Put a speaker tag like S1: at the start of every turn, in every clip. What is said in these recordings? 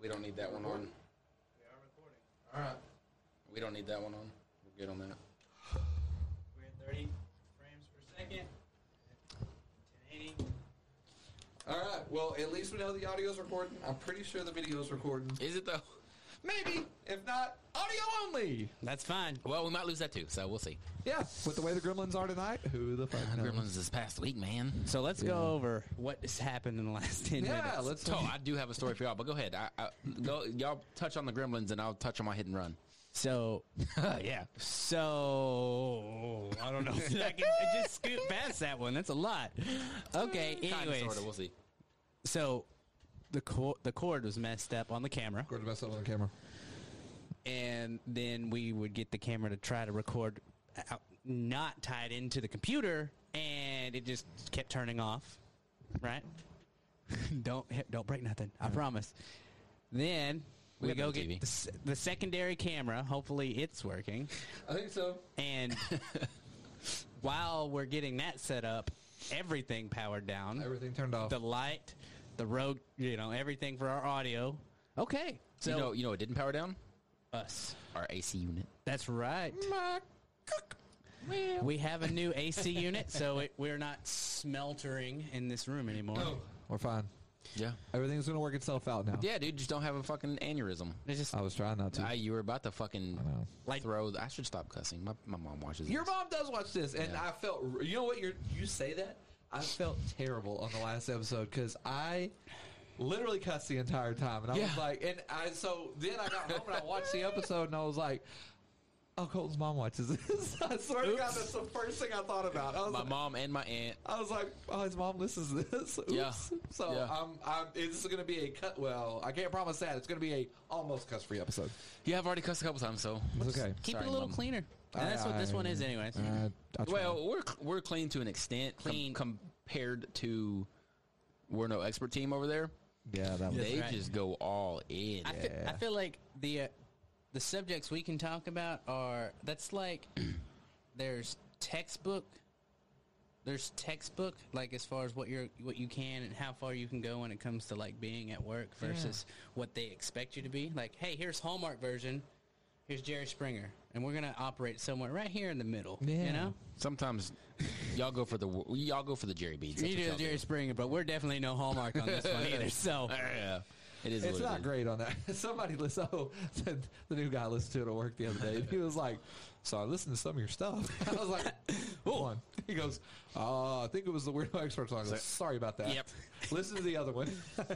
S1: We don't need that one on.
S2: We are recording.
S3: All right.
S1: We don't need that one on. We're good on that.
S2: We're at 30 frames per second. 1080.
S3: All right. Well, at least we know the audio's recording. I'm pretty sure the video's recording.
S4: Is it though?
S3: Maybe, if not, audio only.
S4: That's fine. Well, we might lose that too, so we'll see.
S3: Yeah. With the way the Gremlins are tonight, who the fuck knows?
S4: Gremlins this past week, man.
S5: So let's go over what has happened in the last 10 minutes.
S3: Yeah. Let's.
S4: So I do have a story for y'all, but go ahead. I, I, go, y'all touch on the Gremlins, and I'll touch on my hit and run.
S5: So,
S4: yeah.
S5: so, I don't know if I can I just scoot past that one. That's a lot. Okay,
S4: Kinda,
S5: anyways.
S4: sorta, we'll see.
S5: So, the, cor- the cord was messed up on the camera.
S3: Recorded myself on the camera.
S5: and then we would get the camera to try to record out, not tied into the computer and it just kept turning off right don't hit- don't break nothing i promise then
S4: We
S5: we,
S4: got
S5: go
S4: the
S5: get
S4: TV.
S5: the, s- the secondary camera hopefully it's working
S3: I think so.
S5: and while we're getting that set up everything powered down
S3: Everything turned off.
S5: the light the road you know everything for our audio okay so
S4: you know, you know, it didn't power down
S5: us
S4: our AC unit.
S5: that's right We have a new AC unit, so it, we're not smeltering in this room anymore.
S3: We're fine.
S4: Yeah.
S3: Everything's gonna work itself out now.
S4: Yeah, dude, just don't have a fucking aneurysm.
S5: It's just
S3: I was trying not to.
S4: I, you were about to fucking
S3: know.
S4: like throw. I should stop cussing. My, my mom watches.
S3: Your
S4: this.
S3: mom does watch this, and
S4: Yeah.
S3: I felt. You know what? You you say that. I felt terrible on the last episode because I literally cussed the entire time, and I
S4: Yeah.
S3: was like, and I so then I got home and I watched the episode, and I was like. Oh, Colton's mom watches this. I swear to God, that's the first thing I thought about. I was,
S4: my
S3: like,
S4: mom and my aunt.
S3: I was like, oh, his mom listens to this. Oops.
S4: Yeah.
S3: So
S4: Yeah.
S3: I'm, I'm, it's going to be a cut. Well, I can't promise that. It's going to be a almost cuss-free episode.
S4: Yeah, I've already cussed a couple times, so
S3: It's okay.
S5: keep
S4: Sorry,
S5: it a little
S4: Mom. Uh,
S5: cleaner. And that's what this one is, anyways.
S4: Well, we're we're clean to an extent. com-
S5: Clean.
S4: compared to we're no expert team over there.
S3: yeah, that was
S4: they
S5: right.
S4: just go all in.
S5: I, fe- I feel like the uh, the subjects we can talk about are that's like there's textbook, there's textbook like as far as what you're what you can and how far you can go when it comes to like being at work versus what they expect you to be. Like, hey, here's Hallmark version. Here's Jerry Springer, and we're gonna operate somewhere right here in the middle.
S3: Yeah.
S5: You know,
S4: Sometimes y'all go for the y'all go for the Jerry beads. That's
S5: you
S4: what
S5: do
S4: y'all
S5: Jerry Springer, but we're definitely no Hallmark on this one either. So
S4: Yeah. It is.
S3: It's
S4: what it
S3: not
S4: is.
S3: great on that. Somebody listened. Oh, the, the new guy listened to it at work the other day. And he was like, "So I listened to some of your stuff." I was like, "What one?" He goes, "Oh, I think it was the Weirdo Expert song." I go, Sorry about that.
S4: Yep.
S3: listen to the other one.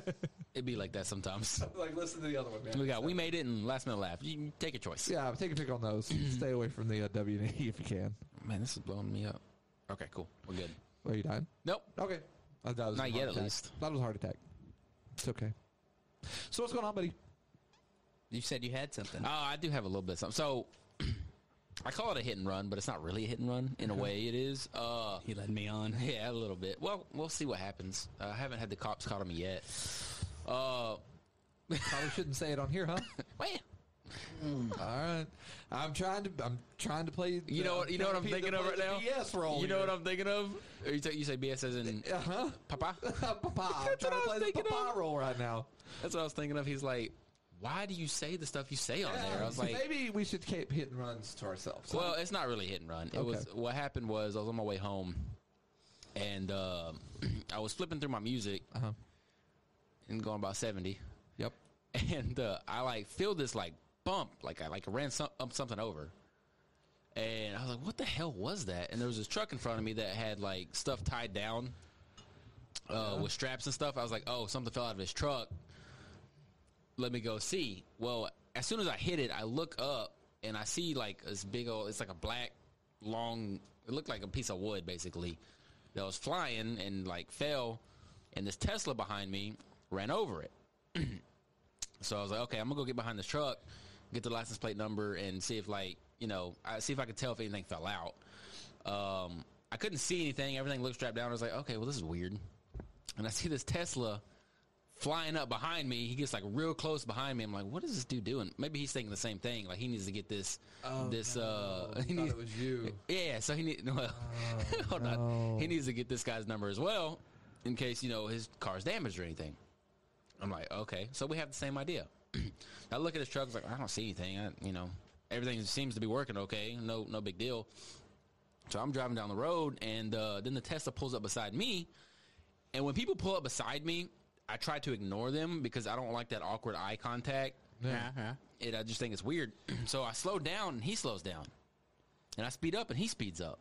S4: It'd be like that sometimes.
S3: like, listen to the other one, man.
S4: We got we made it and last minute laugh. You can take a choice.
S3: yeah, take a pick on those. Stay away from the uh, W and E if you can.
S4: Man, this is blowing me up. Okay, cool. We're good.
S3: Are you dying?
S4: Nope.
S3: Okay. I thought it was
S4: Not
S3: a heart
S4: yet, at
S3: attack.
S4: least.
S3: That was a heart attack. It's okay. So what's going on, buddy?
S5: you said you had something.
S4: Oh, I do have a little bit of something. So I call it a hit and run, but it's not really a hit and run. In a way, it is. Uh,
S5: He led me on.
S4: yeah, a little bit. Well, we'll see what happens. Uh, I haven't had the cops caught on me yet. Uh,
S3: Probably shouldn't say it on here, huh?
S4: well,
S3: All right, I'm trying to I'm trying to play.
S4: you know what? You know what I'm thinking of right now.
S3: Yes, roll.
S4: You know what I'm thinking of? Or you, say you say BS as in
S3: Uh huh.
S4: Papa?
S3: Papa, I'm trying to
S4: what I was
S3: play the
S4: thinking
S3: papa
S4: of.
S3: roll right now.
S4: That's what I was thinking of. He's like, why do you say the stuff you say on there? I was like,
S3: maybe we should keep hit and runs to ourselves.
S4: Well, it's not really hit and run. It was what happened was I was on my way home, and uh, I was flipping through my music
S3: Uh-huh.
S4: and going about seventy,
S3: yep.
S4: and uh, I like feel this like bump, like I like ran some, um, something over, and I was like, "What the hell was that?" And there was this truck in front of me that had like stuff tied down uh, with straps and stuff. I was like, "Oh, something fell out of his truck." Let me go see. Well, as soon as I hit it, I look up and I see like this big old. It's like a black long. It looked like a piece of wood basically that was flying and like fell, and this Tesla behind me ran over it. So I was like, okay, I'm gonna go get behind this truck, get the license plate number, and see if like you know, I see if I could tell if anything fell out. Um, I couldn't see anything. Everything looked strapped down. I was like, okay, well this is weird. And I see this Tesla flying up behind me. He gets like real close behind me. I'm like, what is this dude doing? Maybe he's thinking the same thing. Like he needs to get this, this. uh, he
S3: Thought
S4: needs-
S3: it was you.
S4: yeah, so he need well, hold on. He needs to get this guy's number as well, in case you know his car's damaged or anything. I'm like, okay, so we have the same idea. I look at his truck, I was like I don't see anything. I, you know, everything seems to be working okay. No, no big deal. So I'm driving down the road, and uh, then the Tesla pulls up beside me. And when people pull up beside me, I try to ignore them because I don't like that awkward eye contact.
S5: Yeah.
S4: It, I just think it's weird. so I slow down, and he slows down, and I speed up, and he speeds up.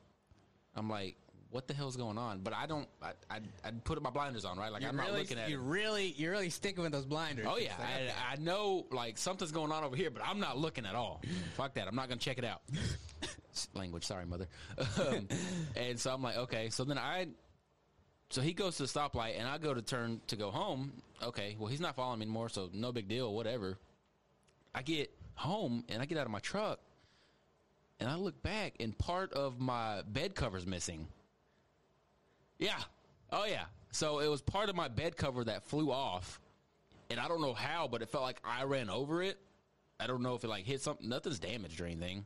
S4: I'm like, what the hell's going on? But I don't. I I, I put my blinders on, right? Like
S5: You're
S4: I'm
S5: really,
S4: not looking at.
S5: you're
S4: him.
S5: really, you're really sticking with those blinders.
S4: Oh
S5: It's
S4: yeah,
S5: like, okay.
S4: I, I know like something's going on over here, but I'm not looking at all. Fuck that, I'm not gonna check it out. Language, sorry, mother. Um, and so I'm like, okay. So then I, so he goes to the stoplight, and I go to turn to go home. Okay, well he's not following me anymore, so no big deal, whatever. I get home and I get out of my truck, and I look back, and part of my bed cover's missing. Yeah. Oh yeah. So it was part of my bed cover that flew off and I don't know how, but it felt like I ran over it. I don't know if it like hit something. Nothing's damaged or anything.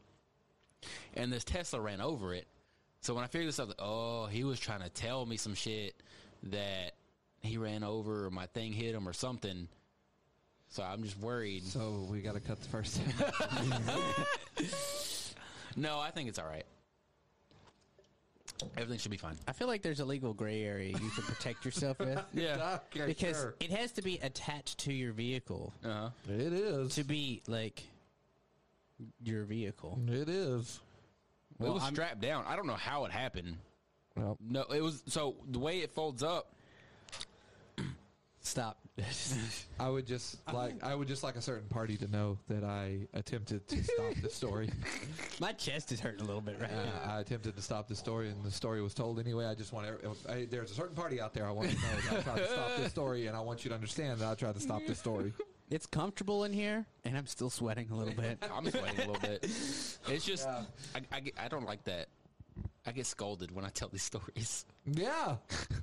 S4: And this Tesla ran over it. So when I figured this out, I was like, oh, he was trying to tell me some shit that he ran over or my thing hit him or something. So I'm just worried.
S3: So we got to cut the first.
S4: No, I think it's all right. Everything should be fine.
S5: I feel like there's a legal gray area you can protect yourself with.
S4: Yeah.
S3: okay,
S5: because
S3: sure.
S5: it has to be attached to your vehicle
S4: Uh-huh.
S3: it is.
S5: to be like your vehicle.
S3: It is.
S4: it was strapped down. I don't know how it happened.
S3: Well,
S4: No, it was so the way it folds up.
S5: Stop.
S3: I would just like I would just like a certain party to know that I attempted to stop the story.
S5: My chest is hurting a little bit right
S3: Uh,
S5: now.
S3: I attempted to stop the story, and the story was told anyway. I just want to, I, there's a certain party out there I want to know. that I tried to stop this story, and I want you to understand that I tried to stop the story.
S5: It's comfortable in here, and I'm still sweating a little bit.
S4: I'm sweating a little bit. It's just I, I, get- I don't like that. I get scolded when I tell these stories.
S3: Yeah,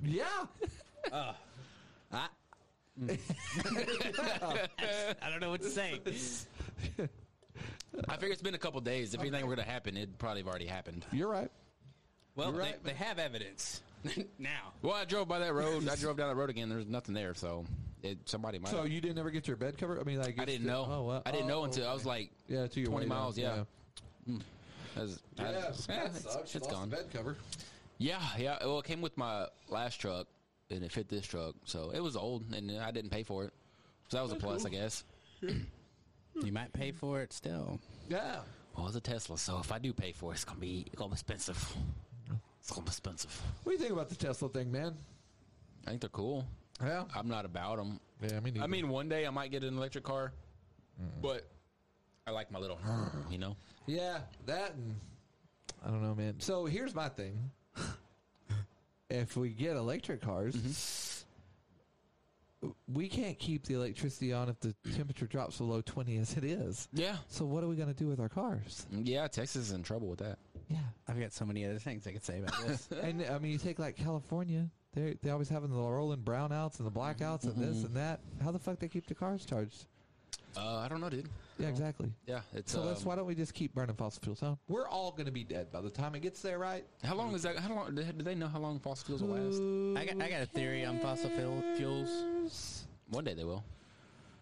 S3: yeah.
S5: I, I don't know what to say.
S4: I figure it's been a couple days. If anything were to happen, it'd probably have already happened.
S3: You're right.
S5: Well,
S3: You're right,
S5: they, they have evidence now.
S4: Well, I drove by that road. I drove down that road again. There's nothing there, so it, somebody might.
S3: So you didn't ever get your bed covered? I mean, like
S4: I
S3: it's
S4: didn't
S3: the-
S4: know.
S3: Oh, wow.
S4: I didn't know
S3: Oh,
S4: until I was like
S3: yeah, to your
S4: 20
S3: way down.
S4: miles. Yeah. Mm. That was- I-
S3: Yeah,
S4: yeah,
S3: that
S4: it's-
S3: sucks. You
S4: it's
S3: lost the
S4: gone.
S3: Bed cover.
S4: Yeah, yeah. Well, it came with my last truck, and it fit this truck, so it was old, and I didn't pay for it. So that was a plus, I guess.
S5: You might pay for it still.
S3: Yeah.
S4: Well, it's a Tesla, so if I do pay for it, it's gonna be it's gonna be expensive. It's gonna be expensive.
S3: What do you think about the Tesla thing, man?
S4: I think they're cool.
S3: Yeah.
S4: I'm not about them.
S3: Yeah, I mean,
S4: I mean, one day I might get an electric car, but I like my little, you know.
S3: yeah, that and I don't know, man. So here's my thing: if we get electric cars, we can't keep the electricity on if the temperature drops below twenty as it is.
S4: Yeah,
S3: So what are we going to do with our cars?
S4: yeah. Texas is in trouble with that.
S3: Yeah,
S5: I've got so many other things I could say about this.
S3: and I mean, you take like California; they they always having the rolling brownouts and the blackouts and this and that. How the fuck they keep the cars charged?
S4: Uh, I don't know, dude.
S3: Yeah, exactly.
S4: Yeah, it's
S3: So that's
S4: um,
S3: why don't we just keep burning fossil fuels? Huh? We're all going to be dead by the time it gets there, right?
S4: How long is that? How long do they know how long fossil fuels will last?
S5: I got, I got a theory on fossil fuel, fuels.
S4: One day they will.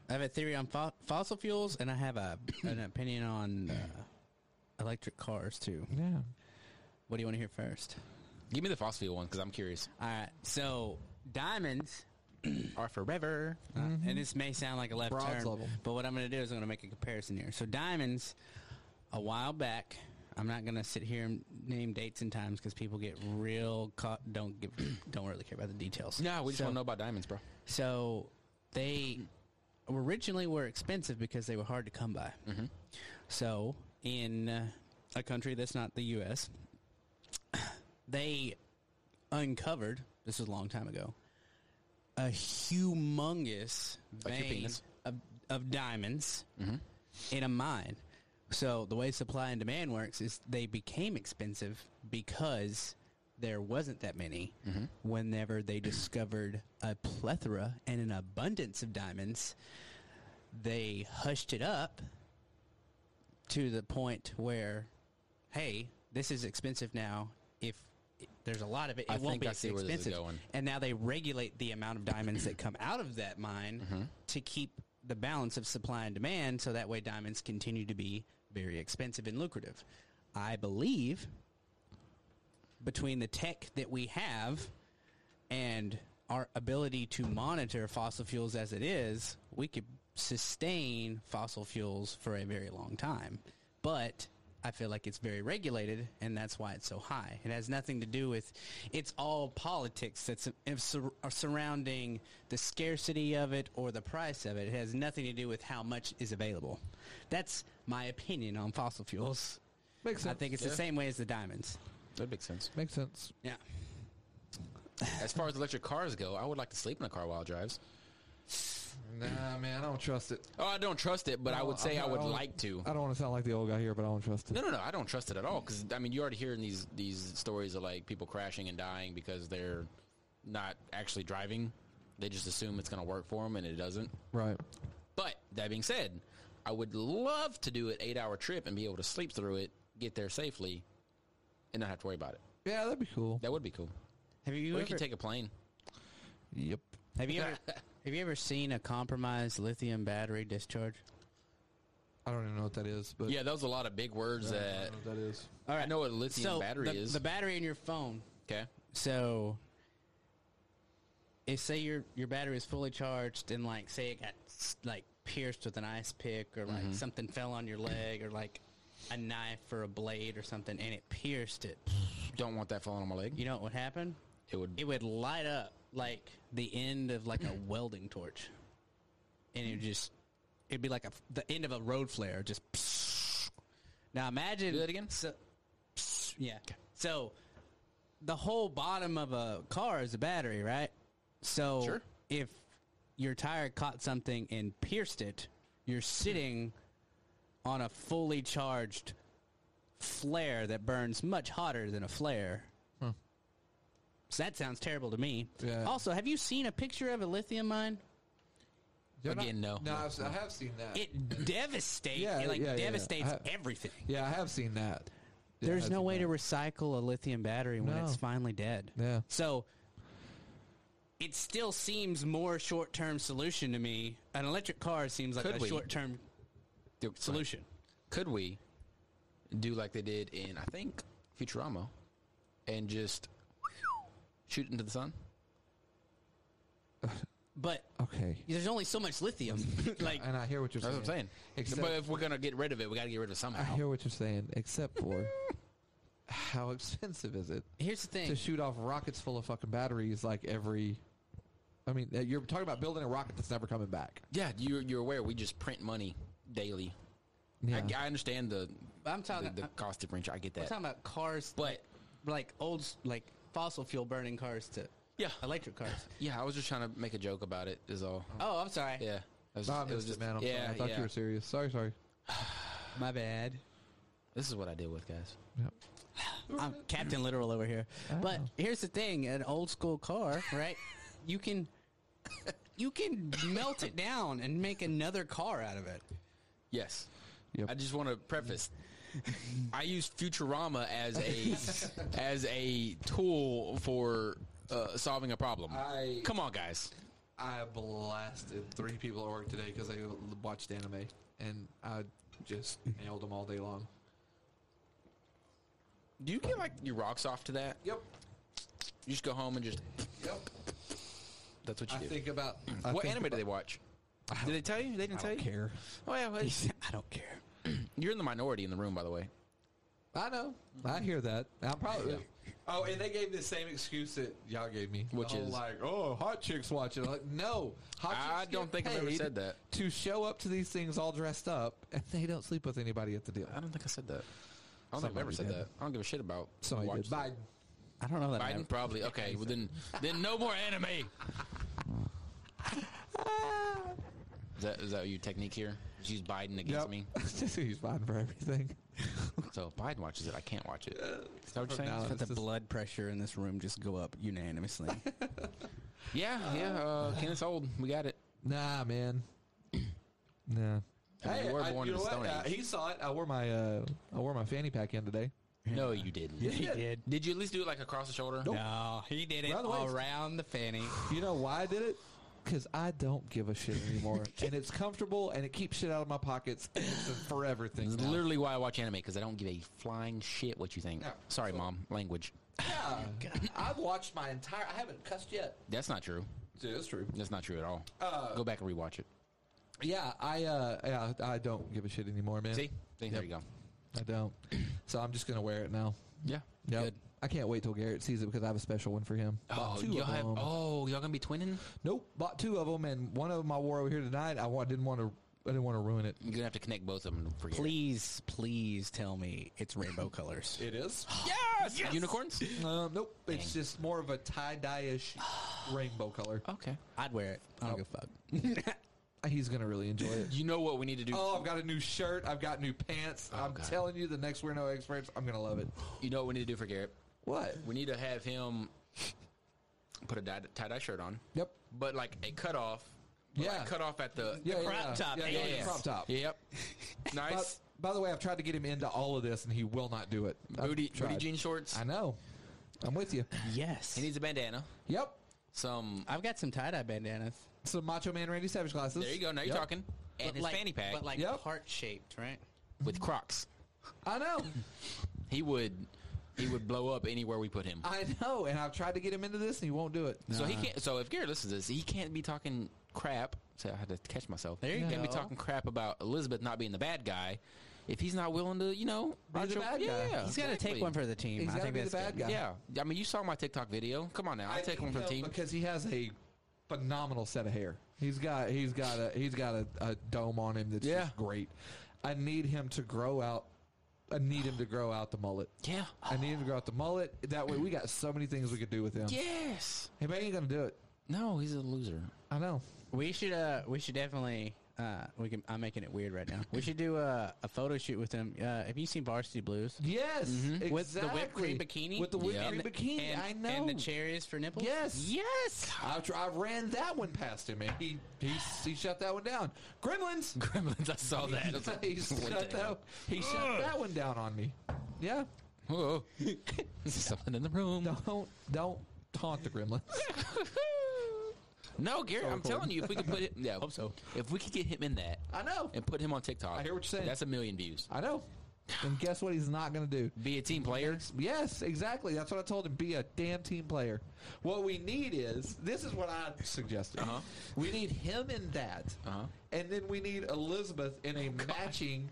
S5: I have a theory on fo- fossil fuels, and I have a an opinion on uh, electric cars too.
S3: Yeah.
S5: What do you want to hear first?
S4: Give me the fossil fuel one because I'm curious.
S5: All right, so diamonds are forever,
S4: Mm-hmm.
S5: Uh, and this may sound like a left
S3: Broad
S5: turn,
S3: level.
S5: but what I'm going to do is I'm going to make a comparison here. So diamonds, a while back, I'm not going to sit here and name dates and times because people get real caught. Don't give, don't really care about the details.
S4: No, we just
S5: So-
S4: want to know about diamonds, bro.
S5: So they originally were expensive because they were hard to come by. So in uh, a country that's not the U.S., they uncovered this was a long time ago a humongous
S4: Like your
S5: vein
S4: penis.
S5: of, of diamonds in a mine. So the way supply and demand works is they became expensive because there wasn't that many whenever they discovered a plethora and an abundance of diamonds they hushed it up to the point where hey this is expensive now if There's a lot of it. It
S4: I
S5: won't
S4: think
S5: be
S4: I
S5: as
S4: see where this is
S5: expensive.
S4: going.
S5: And now they regulate the amount of diamonds that come out of that mine
S4: Mm-hmm.
S5: to keep the balance of supply and demand, so that way diamonds continue to be very expensive and lucrative. I believe between the tech that we have and our ability to monitor fossil fuels as it is, we could sustain fossil fuels for a very long time. But I feel like it's very regulated, and that's why it's so high. It has nothing to do with, it's all politics that's uh, sur- uh, surrounding the scarcity of it or the price of it. It has nothing to do with how much is available. That's my opinion on fossil fuels.
S3: Makes
S5: I
S3: sense.
S5: think it's the same way as the diamonds.
S4: That makes sense.
S3: Makes sense.
S5: Yeah.
S4: As far as electric cars go, I would like to sleep in a car while it drives.
S3: Nah, man, I don't trust it.
S4: Oh, I don't trust it, but I
S3: No,
S4: would say
S3: I'm
S4: I
S3: not-
S4: would
S3: don't-
S4: like to.
S3: I don't want to sound like the old guy here, but I don't trust it.
S4: No, no, no. I don't trust it at all because I mean, you already hearing these these stories of like people crashing and dying because they're not actually driving. They just assume it's going to work for them, and it doesn't.
S3: Right.
S4: But that being said, I would love to do an eight hour trip and be able to sleep through it, get there safely, and not have to worry about it.
S3: Yeah, that'd be cool.
S4: That would be cool.
S5: Have you
S4: We
S5: ever,
S4: can take a plane.
S3: Yep.
S5: Have you ever have you ever seen a compromised lithium battery discharge?
S3: I don't even know what that is, but
S4: Yeah, that was a lot of big words
S3: I
S4: that
S3: don't know what that is.
S5: All
S4: I know what a lithium
S5: so
S4: battery
S5: the,
S4: is.
S5: the battery in your phone.
S4: okay.
S5: So, if say your your battery is fully charged and like say it got s- like pierced with an ice pick or
S4: Mm-hmm.
S5: like something fell on your leg or like a knife or a blade or something and it pierced it,
S4: Don't want that falling on my leg.
S5: you know what would happen?
S4: It would.
S5: It would light up like the end of like a welding torch, and it would just it'd be like a the end of a road flare. Just now imagine
S4: Do that again?
S5: So, yeah. So the whole bottom of a car is a battery, right? So
S4: Sure.
S5: if your tire caught something and pierced it, you're
S3: Hmm.
S5: sitting on a fully charged flare that burns much hotter than a flare. So that sounds terrible to me.
S3: Hmm. Yeah.
S5: Also, have you seen a picture of a lithium mine?
S3: They're
S4: Again,
S3: not-
S4: no.
S3: No, I've, I have seen that.
S5: It devastates.
S3: Yeah,
S5: it like
S3: yeah, yeah, yeah.
S5: devastates
S3: I-
S5: everything.
S3: yeah, I have seen that. Yeah,
S5: There's
S3: I've
S5: no
S3: seen
S5: way
S3: that.
S5: to recycle a lithium battery when
S3: No.
S5: it's finally dead.
S3: Yeah.
S5: So it still seems more short term solution to me. An electric car seems like
S4: Could
S5: a
S4: we?
S5: short term
S4: Do-
S5: solution.
S4: could we do like they did in I think Futurama and just shoot into the sun?
S5: But
S3: Okay.
S5: there's only so much lithium. like
S3: And I hear what you're
S4: That's
S3: saying.
S4: what I'm saying.
S3: Except-
S4: but if we're gonna get rid of it, we gotta get rid of
S3: I
S4: it somehow.
S3: hear what you're saying, except for how expensive is it
S5: here's the thing.
S3: to shoot off rockets full of fucking batteries like every. I mean, uh, you're talking about building a rocket that's never coming back.
S4: yeah, you're you're aware we just print money daily.
S3: Yeah.
S4: I, I understand the
S5: I'm talking-
S4: the, the cost differential. I get
S5: We're
S4: that.
S5: talking about cars
S4: But
S5: like old s- like fossil fuel burning cars to
S4: Yeah.
S5: electric cars.
S4: yeah, I was just trying to make a joke about it. Is all.
S5: oh, I'm sorry.
S4: Yeah, I was,
S3: No, I
S4: it was
S3: missed it, man. I'm
S4: yeah,
S3: sorry. I thought
S4: yeah.
S3: you were serious. Sorry, sorry.
S5: My bad.
S4: This is what I deal with, guys.
S5: I'm Captain Literal over here. But here's the thing: an old school car, right? you can you can melt it down and make another car out of it.
S4: Yes.
S3: Yep.
S4: I just want to preface. I use Futurama as a as a tool for uh, solving a problem.
S3: I-
S4: Come on, guys.
S3: I blasted three people at work today because they watched anime, and I just nailed them all day long.
S4: Do you get like your rocks off to that?
S3: Yep.
S4: You just go home and just
S3: Yep.
S4: that's what you
S3: I
S4: do.
S3: think about
S4: what anime do they watch? Did they tell you? They didn't tell you.
S3: care.
S4: Oh yeah, well, it's-
S5: I don't care.
S4: you're in the minority in the room, by the way.
S3: I know. I hear that. I'm probably. Hmm. Oh, and they gave the same excuse that y'all gave me,
S4: Which
S3: The whole
S4: is?
S3: like, "Oh, hot chicks watching." Like, no, hot
S4: I
S3: chicks get
S4: don't think I've ever
S3: paid
S4: said that.
S3: To show up to these things all dressed up, and they don't sleep with anybody at the deal.
S4: I don't think I said that. I don't think I've
S3: Somebody
S4: ever said
S3: did.
S4: that. I don't give a shit about
S3: Somebody
S4: watch
S3: did.
S4: that.
S3: Biden.
S5: I don't know that. I,
S4: Biden probably okay. Well then, then no more anime. Is that is that your technique here? Just use Biden against
S3: Yep.
S4: me.
S3: Just use Biden for everything.
S4: So if Biden watches it, I can't watch it. Is that what you're
S3: For
S4: saying?
S3: now.
S5: let the blood pressure in this room just go up unanimously.
S4: Yeah, yeah. Uh, Kenneth's old. We got it.
S3: Nah, man. Nah.
S4: I mean,
S3: Hey,
S4: you were
S3: I-
S4: born
S3: you
S4: in
S3: know
S4: the
S3: what?
S4: Stone
S3: Uh,
S4: Age.
S3: he saw it. I wore my uh, I wore my fanny pack in today.
S4: No, you didn't.
S5: He did.
S4: Did you at least do it like across the shoulder?
S5: No, he did it
S3: Round the waist.
S5: around the fanny.
S3: You know why I did it? Because I don't give a shit anymore, and it's comfortable, and it keeps shit out of my pockets, and it's a forever thing.
S4: It's
S3: now.
S4: literally why I watch anime because I don't give a flying shit what you think.
S3: No.
S4: Sorry, mom. Language.
S3: I've watched my entire. I haven't cussed yet.
S4: That's not true.
S3: Dude, that's true.
S4: That's not true at all. Go back and rewatch it.
S3: Yeah, I uh, yeah, I don't give a shit anymore, man.
S4: See, See? there you go.
S3: I don't. So I'm just gonna wear it now.
S4: Yeah.
S3: Yep.
S5: Good.
S3: I can't wait till Garrett sees it because I have a special one for him.
S4: Oh,
S3: Bought two
S4: y'all
S3: of
S4: have,
S3: them.
S4: oh, y'all gonna be twinning?
S3: Nope, bought two of them, and one of them I wore over here tonight. I wa- didn't want to. I didn't want to ruin it.
S4: You're gonna have to connect both of them. For
S5: Please, please tell me it's rainbow colors.
S3: It is.
S4: Yes! Unicorns?
S3: Um, nope, it's just more of a tie dye ish rainbow color. Uh,
S4: okay.
S5: I'd wear it. I don't give a fuck.
S3: He's gonna really enjoy it.
S4: You know what we need to do?
S3: Oh, I've got a new shirt. I've got new pants. I'm
S4: Oh, God.
S3: telling you, the next We're No Experts, I'm gonna love it.
S4: You know what we need to do for Garrett?
S3: What?
S4: We need to have him put a tie dye shirt on,
S3: Yep.
S4: but like a cutoff. but
S3: Yeah.
S4: Like cut off at the.
S3: Yeah,
S5: crop
S3: yeah,
S5: top,
S3: Yeah, yeah,
S5: yes.
S3: yeah, crop top.
S4: Yep.
S3: By,
S4: nice.
S3: by the way, I've tried to get him into all of this, and he will not do it. I've
S4: booty, booty
S3: tried.
S4: jean shorts.
S3: I know. I'm with you.
S5: yes.
S4: He needs a bandana.
S3: Yep.
S4: Some.
S5: I've got some tie dye bandanas.
S3: Some Macho Man Randy Savage glasses.
S4: There you go. Now you're
S3: Yep.
S4: talking. And
S5: But
S4: his
S5: like-
S4: fanny pack
S5: But like
S3: Yep.
S5: heart shaped, right?
S4: with Crocs.
S3: I know.
S4: He would. He would blow up anywhere we put him.
S3: I know. And I've tried to get him into this, and he won't do it.
S4: So he can't. So if Garrett listens to this, he can't be talking crap. So I had to catch myself.
S5: There you
S4: he Can't be
S5: go.
S4: talking crap about Elizabeth not being the bad guy if he's not willing to, you know,
S3: Be
S4: out
S3: the
S4: your-
S3: bad guy.
S4: yeah,
S5: He's got to take
S4: exactly.
S5: one for the team.
S3: He's
S5: I
S3: got to
S5: think
S3: be the
S5: that's
S3: bad
S5: good.
S3: guy.
S4: Yeah, I mean, you saw my TikTok video. Come on now, I'll take one for the
S3: No,
S4: team.
S3: because he has a phenomenal set of hair. He's got he's got a he's got a, a dome on him that's
S4: Yeah.
S3: just great. I need him to grow out. I need him to grow out the mullet.
S4: Yeah.
S3: I need him to grow out the mullet. That way, we got so many things we could do with him.
S4: Yes.
S3: Hey, but he ain't gonna do it.
S4: No, he's a loser.
S3: I know.
S5: We should uh we should definitely uh we can I'm making it weird right now. We should do a, a photo shoot with him. Uh have you seen Varsity Blues?
S3: Yes,
S4: Mm-hmm.
S3: exactly.
S5: With the whipped cream bikini?
S3: With the whipped
S4: Yeah.
S3: cream
S5: And the-
S3: bikini,
S5: and-
S3: I know.
S5: And the cherries for nipples?
S3: Yes.
S5: Yes.
S3: I, tr- I ran that one past him, and he he, he shut that one down. Gremlins.
S4: Gremlins. I saw that. I was like,
S3: he
S4: what
S3: shut
S4: the hell?
S3: that, he shut that one down on me. Yeah.
S4: Whoa. Something in the room. No,
S3: Don't don't taunt the gremlins.
S4: Garrett, I'm telling you, if we could put it, yeah, hope so. If we could get him in that
S3: I know.
S4: and put him on TikTok,
S3: I hear what you're saying.
S4: That's a million views.
S3: I know. And guess what? He's not going to do.
S4: Be a team player.
S3: Yes, exactly. That's what I told him. Be a damn team player. What we need is this is what I suggested.
S4: Uh-huh.
S3: We need him in that,
S4: Uh-huh. Oh,
S3: and then we need Elizabeth in a matching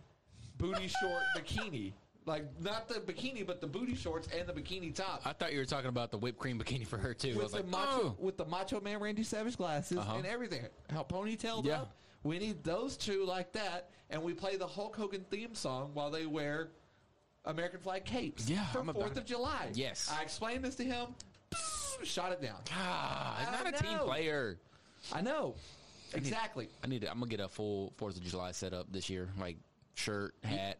S3: booty short bikini. Like not the bikini, but the booty shorts and the bikini top.
S4: I thought you were talking about the whipped cream bikini for her too. I
S3: with
S4: was
S3: the
S4: like,
S3: macho
S4: oh,
S3: with the macho man Randy Savage glasses
S4: Uh-huh.
S3: and everything. How ponytailed
S4: Yeah.
S3: up. We need those two like that, and we play the Hulk Hogan theme song while they wear American flag capes.
S4: Yeah,
S3: for
S4: I'm about
S3: Fourth of July.
S4: Yes.
S3: I explained this to him. Shot it down.
S4: ah, he's
S3: I
S4: not a team
S3: know.
S4: player.
S3: I know exactly.
S4: I need. To, I'm gonna get a full Fourth of July setup this year, like shirt, hat.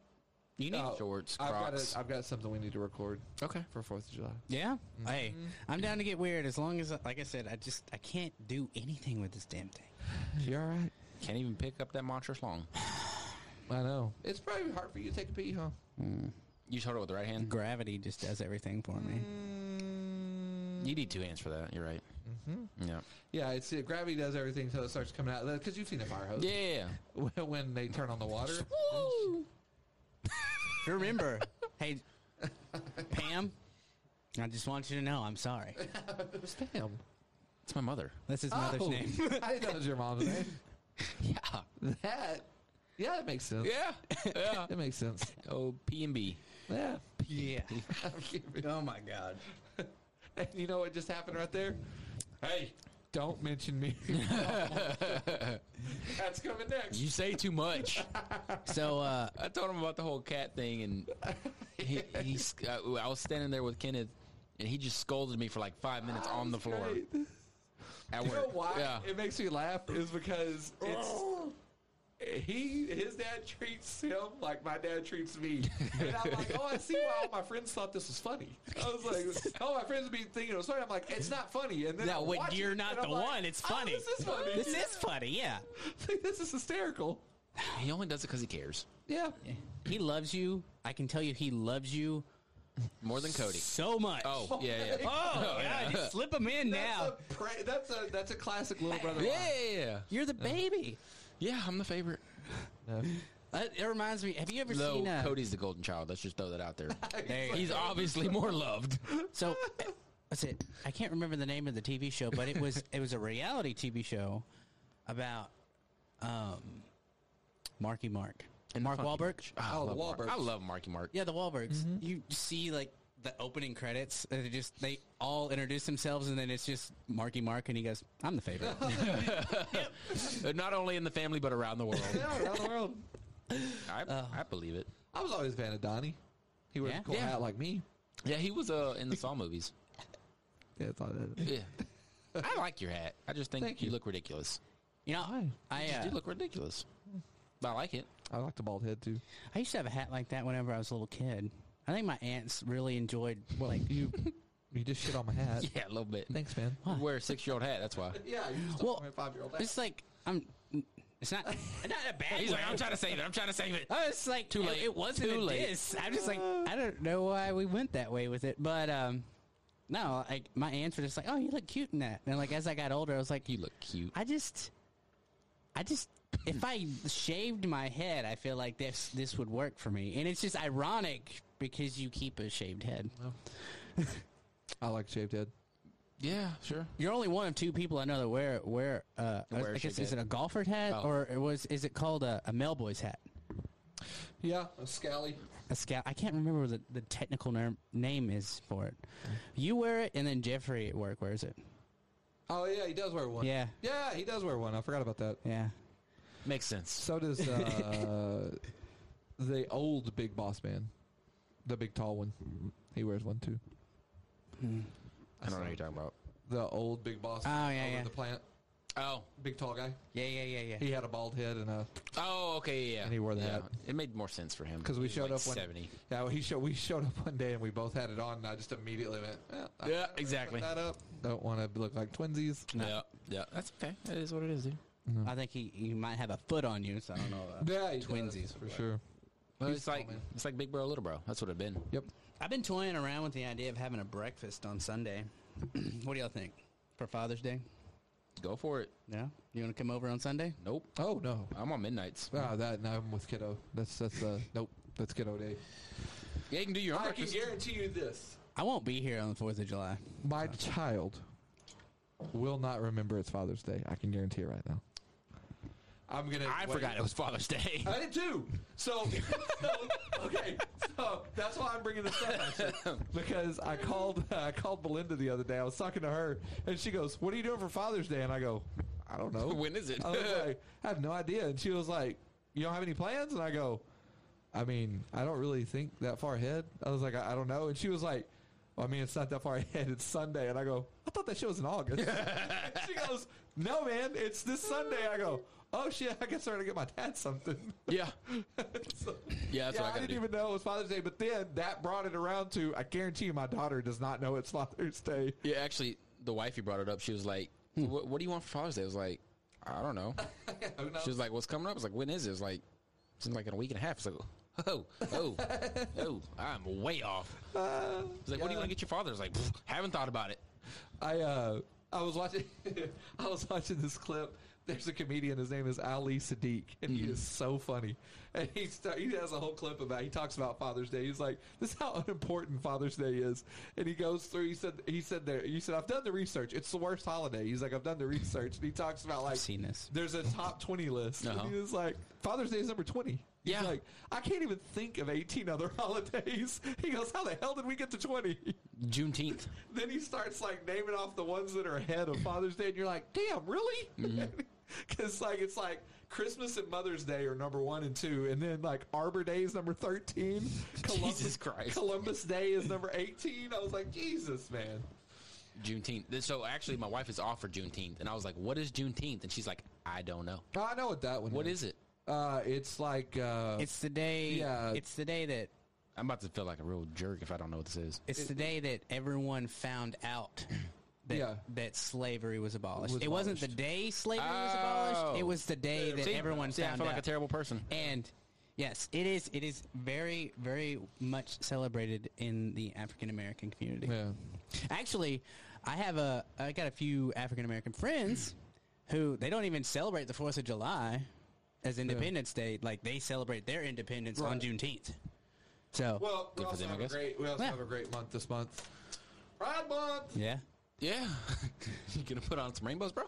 S4: You need
S3: Oh,
S4: shorts,
S3: I've got,
S4: Crocs.
S3: a, I've got something we need to record
S4: okay.
S3: for Fourth of July.
S5: Yeah.
S3: Mm-hmm.
S5: Hey, I'm down to get weird as long as like I said, I just I can't do anything with this damn thing.
S3: You all right?
S4: Can't even pick up that monstrous long.
S3: I know. It's probably hard for you to take a pee, huh?
S4: You just hold it with the right hand.
S5: Gravity just does everything for me.
S3: Mm.
S4: You need two hands for that. You're right. Mm-hmm. Yeah.
S3: Yeah, it's uh, gravity does everything until it starts coming out. Because you've seen a fire hose.
S4: Yeah.
S3: when when they turn on the water.
S5: Remember, hey, Pam, I just want you to know I'm sorry.
S3: It was Pam.
S4: It's my mother.
S5: That's his mother's
S3: Oh,
S5: name.
S3: I didn't know it was your mom's name.
S4: Yeah.
S3: That, yeah, that makes sense.
S4: Yeah. Yeah.
S3: That makes sense.
S4: oh, P and B.
S3: Yeah.
S5: Yeah.
S3: oh my god. and you know what just happened right there? Hey, don't mention me. That's coming next.
S4: You say too much.
S5: So, uh,
S4: I told him about the whole cat thing, and he, he's. Uh, I was standing there with Kenneth, and he just scolded me for like five minutes on the floor.
S3: Great.
S4: At
S3: You know
S4: work.
S3: why
S4: Yeah.
S3: it makes me laugh is because it's he his dad treats him like my dad treats me, and I'm like, oh, I see why all my friends thought this was funny. I was like, oh, my friends would be thinking it was funny. I'm like, it's not funny. And then
S5: now
S3: I
S5: when
S3: watch
S5: you're
S3: it,
S5: not
S3: and
S5: the
S3: I'm like,
S5: one, it's
S3: oh,
S5: funny.
S3: this is funny.
S5: This is funny, yeah.
S3: this is hysterical.
S4: He only does it because he cares.
S3: Yeah,
S5: He loves you. I can tell you he loves you,
S4: More than Cody.
S5: so much.
S4: Oh, yeah, yeah.
S5: Oh,
S4: yeah.
S5: God, just slip them in now.
S3: That's a, pra- that's a that's a classic little brother.
S4: Yeah, yeah, yeah.
S5: You're
S3: Uh.
S5: the baby.
S4: Yeah, I'm the favorite.
S5: That, it reminds me. Have you ever
S4: Though
S5: seen uh,
S4: Cody's the golden child. Let's just throw that out there.
S5: There you
S4: He's obviously more loved.
S3: Oh,
S5: So that's it. I can't remember the name of the TV show, but it was it was a reality TV show about um, Marky Mark and Mark Wahlberg.
S4: I
S3: Oh,
S4: love
S3: the
S4: Mark.
S3: Wahlbergs.
S4: I love Marky Mark.
S5: Yeah, the Wahlbergs.
S4: Mm-hmm.
S5: You see like the opening credits. and They just they all introduce themselves, and then it's just Marky Mark, and he goes, "I'm the favorite."
S4: Uh, Not only in the family, but around the world.
S3: Yeah, around the world.
S4: I, I believe it.
S3: I was always a fan of Donnie. He wears
S5: Yeah?
S3: a cool
S4: Yeah.
S3: hat like me.
S4: Yeah, he was uh, in the Saw movies.
S3: Yeah, it's all that.
S4: Yeah. I like your hat. I just think
S3: Thank
S4: you,
S3: you.
S4: look ridiculous.
S5: you know,
S3: Why?
S5: I
S4: You
S5: uh,
S4: look ridiculous. But I like it.
S3: I like the bald head too.
S5: I used to have a hat like that whenever I was a little kid. I think my aunts really enjoyed
S3: Well,
S5: like.
S3: you you just shit on my hat.
S4: Yeah, a little bit.
S3: Thanks, man.
S4: You wear a six year old hat. That's why.
S3: Yeah, you just
S5: Well,
S3: well, five year old
S5: It's like I'm. It's not not a bad.
S4: He's like,
S5: way.
S4: I'm trying to save it. I'm trying to save it.
S5: I was like,
S4: Too
S5: it-
S4: late.
S5: It wasn't
S4: Too
S5: a
S4: late.
S5: diss. I'm just like, I don't know why we went that way with it, but um, no, like my aunts were just like, oh, you look cute in that, and like as I got older, I was like,
S4: You look cute.
S5: I just, I just, if I shaved my head, I feel like this this would work for me, and it's just ironic because you keep a shaved head.
S3: I like shaved head.
S4: Yeah, sure.
S5: You're only one of two people I know that wear wear. Uh,
S4: Wear a
S5: I guess
S4: shaved
S5: is
S4: head.
S5: it a golfer hat
S4: Oh.
S5: or it was is it called a, a mailboy's hat?
S3: Yeah, a scally.
S5: a scout. I can't remember what the, the technical ner- name is for it. You wear it, and then Jeffrey at work wears it.
S3: Oh yeah, he does wear one.
S5: Yeah.
S3: yeah, he does wear one. I forgot about that.
S5: Yeah.
S4: Makes sense.
S3: So does uh, the old big boss man, the big tall one. He wears one too.
S4: I don't know what you're talking about.
S3: The old big boss.
S5: Oh, yeah,
S3: over
S5: yeah.
S3: The plant,
S4: Oh.
S3: big tall guy.
S5: Yeah, yeah, yeah, yeah.
S3: He had a bald head and a
S4: Oh, okay, yeah. yeah.
S3: And he wore the
S4: yeah.
S3: hat.
S4: It made more sense for him.
S3: 'Cause we
S4: He was
S3: showed
S4: like
S3: up when-
S4: 70.
S3: Yeah, well, he showed we showed up one day and we both had it on, and I just immediately went, "Eh, I
S4: Yeah,
S3: put
S4: exactly.
S3: that up. Don't want to look like twinsies.
S4: Yeah, yeah. That's okay. That is what it is, dude.
S5: I think he, he might have a foot on you, so I don't know. About
S3: Yeah, he does,
S5: Twinsies.
S3: for sure.
S4: Well,
S3: He's
S4: it's
S3: tall,
S4: like
S3: man.
S4: it's like big bro, little bro. That's what it'd been.
S3: Yep.
S5: I've been toying around with the idea of having a breakfast on Sunday. what do y'all think for Father's Day?
S4: Go for it.
S5: Yeah, you want to come over on Sunday?
S4: Nope.
S3: Oh no.
S4: I'm on midnights.
S3: Ah, that no, I'm with kiddo. That's that's uh nope. That's kiddo day.
S4: Yeah, you can do your own
S3: I can
S4: breakfast.
S3: guarantee you this:
S5: I won't be here on the Fourth of July.
S3: my child will not remember it's Father's Day. I can guarantee it right now. I'm gonna.
S4: I
S3: wait.
S4: forgot it was Father's Day.
S3: I did too. So, so, okay, so that's why I'm bringing this up actually, because I called I called Belinda the other day. I was talking to her, and she goes, "What are you doing for Father's Day?" And I go, "I don't know.
S4: Oh, When is it?
S3: I was like, "I have no idea." And she was like, "You don't have any plans?" And I go, "I mean, I don't really think that far ahead." I was like, "I, I don't know." And she was like. Well, I mean, it's not that far ahead. It's Sunday, and I go. I thought that show was in August. she goes, "No, man, it's this Sunday." I go, "Oh shit, I guess I'm gonna get my dad something."
S4: yeah,
S3: So-
S4: yeah. That's
S3: yeah, I,
S4: what I gotta
S3: didn't
S4: do.
S3: even know it was Father's Day, but then that brought it around to I guarantee you my daughter does not know it's Father's Day.
S4: Yeah, actually, the wife who brought it up, she was like, "What what do you want for Father's Day?" I was like, "I don't know." She was like, "What's coming up?" I was like, "When is it?" It's like, "It's in like in a week and a half." It's like, "Oh, oh, oh, I'm way off." I was like, "What do you want to get your father?" I was like, "Pfft, "Haven't thought about it."
S3: I uh I was watching I was watching this clip. There's a comedian. His name is Ali Sadiq, and he is so funny. And he sta- he has a whole clip about. He talks about Father's Day. He's like, "This is how unimportant Father's Day is." And he goes through. He said, "He said there. He said I've done the research. It's the worst holiday." He's like, "I've done the research." And he talks about like
S5: seen this.
S3: There's a top twenty list.
S4: Uh-huh.
S3: And he was like, "Father's Day is number 20. He's
S4: Yeah.
S3: like I can't even think of 18 other holidays. He goes, "How the hell did we get to 20?"
S4: Juneteenth.
S3: then he starts like naming off the ones that are ahead of Father's Day, and you're like, damn, really? Because like it's like Christmas and Mother's Day are number one and two, and then like Arbor Day is number thirteen.
S4: Jesus Christ.
S3: Columbus Day is number eighteen. I was like, Jesus, man.
S4: Juneteenth. Th- So actually, my wife is off for Juneteenth, and I was like, "What is Juneteenth?" And she's like, "I don't know.
S3: I know what that one.
S4: What is it?"
S3: Uh, it's like uh,
S5: It's the day.
S3: Yeah.
S5: It's the day that.
S4: I'm about to feel like a real jerk if I don't know what this is.
S5: It's the day that everyone found out that,
S3: Yeah.
S5: that slavery was abolished.
S3: Was
S5: it wasn't the
S3: abolished.
S5: day slavery was abolished.
S4: Oh.
S5: It was the day that
S4: See?
S5: everyone
S4: See,
S5: found
S4: I feel
S5: out.
S4: like a terrible person.
S5: and Yes, it is. It is very, very much celebrated in the African American community.
S3: Yeah.
S5: Actually, I have a I got a few African American friends who they don't even celebrate the Fourth of July as Independence Day. Like they celebrate their independence on
S3: Right.
S5: Juneteenth. So
S3: Well, we
S4: Good for
S3: also
S4: them, I
S3: have a
S4: guess.
S3: great. We also
S5: Yeah.
S3: have a great month this month. Pride Month.
S5: yeah,
S4: Yeah, you gonna put on some rainbows, bro?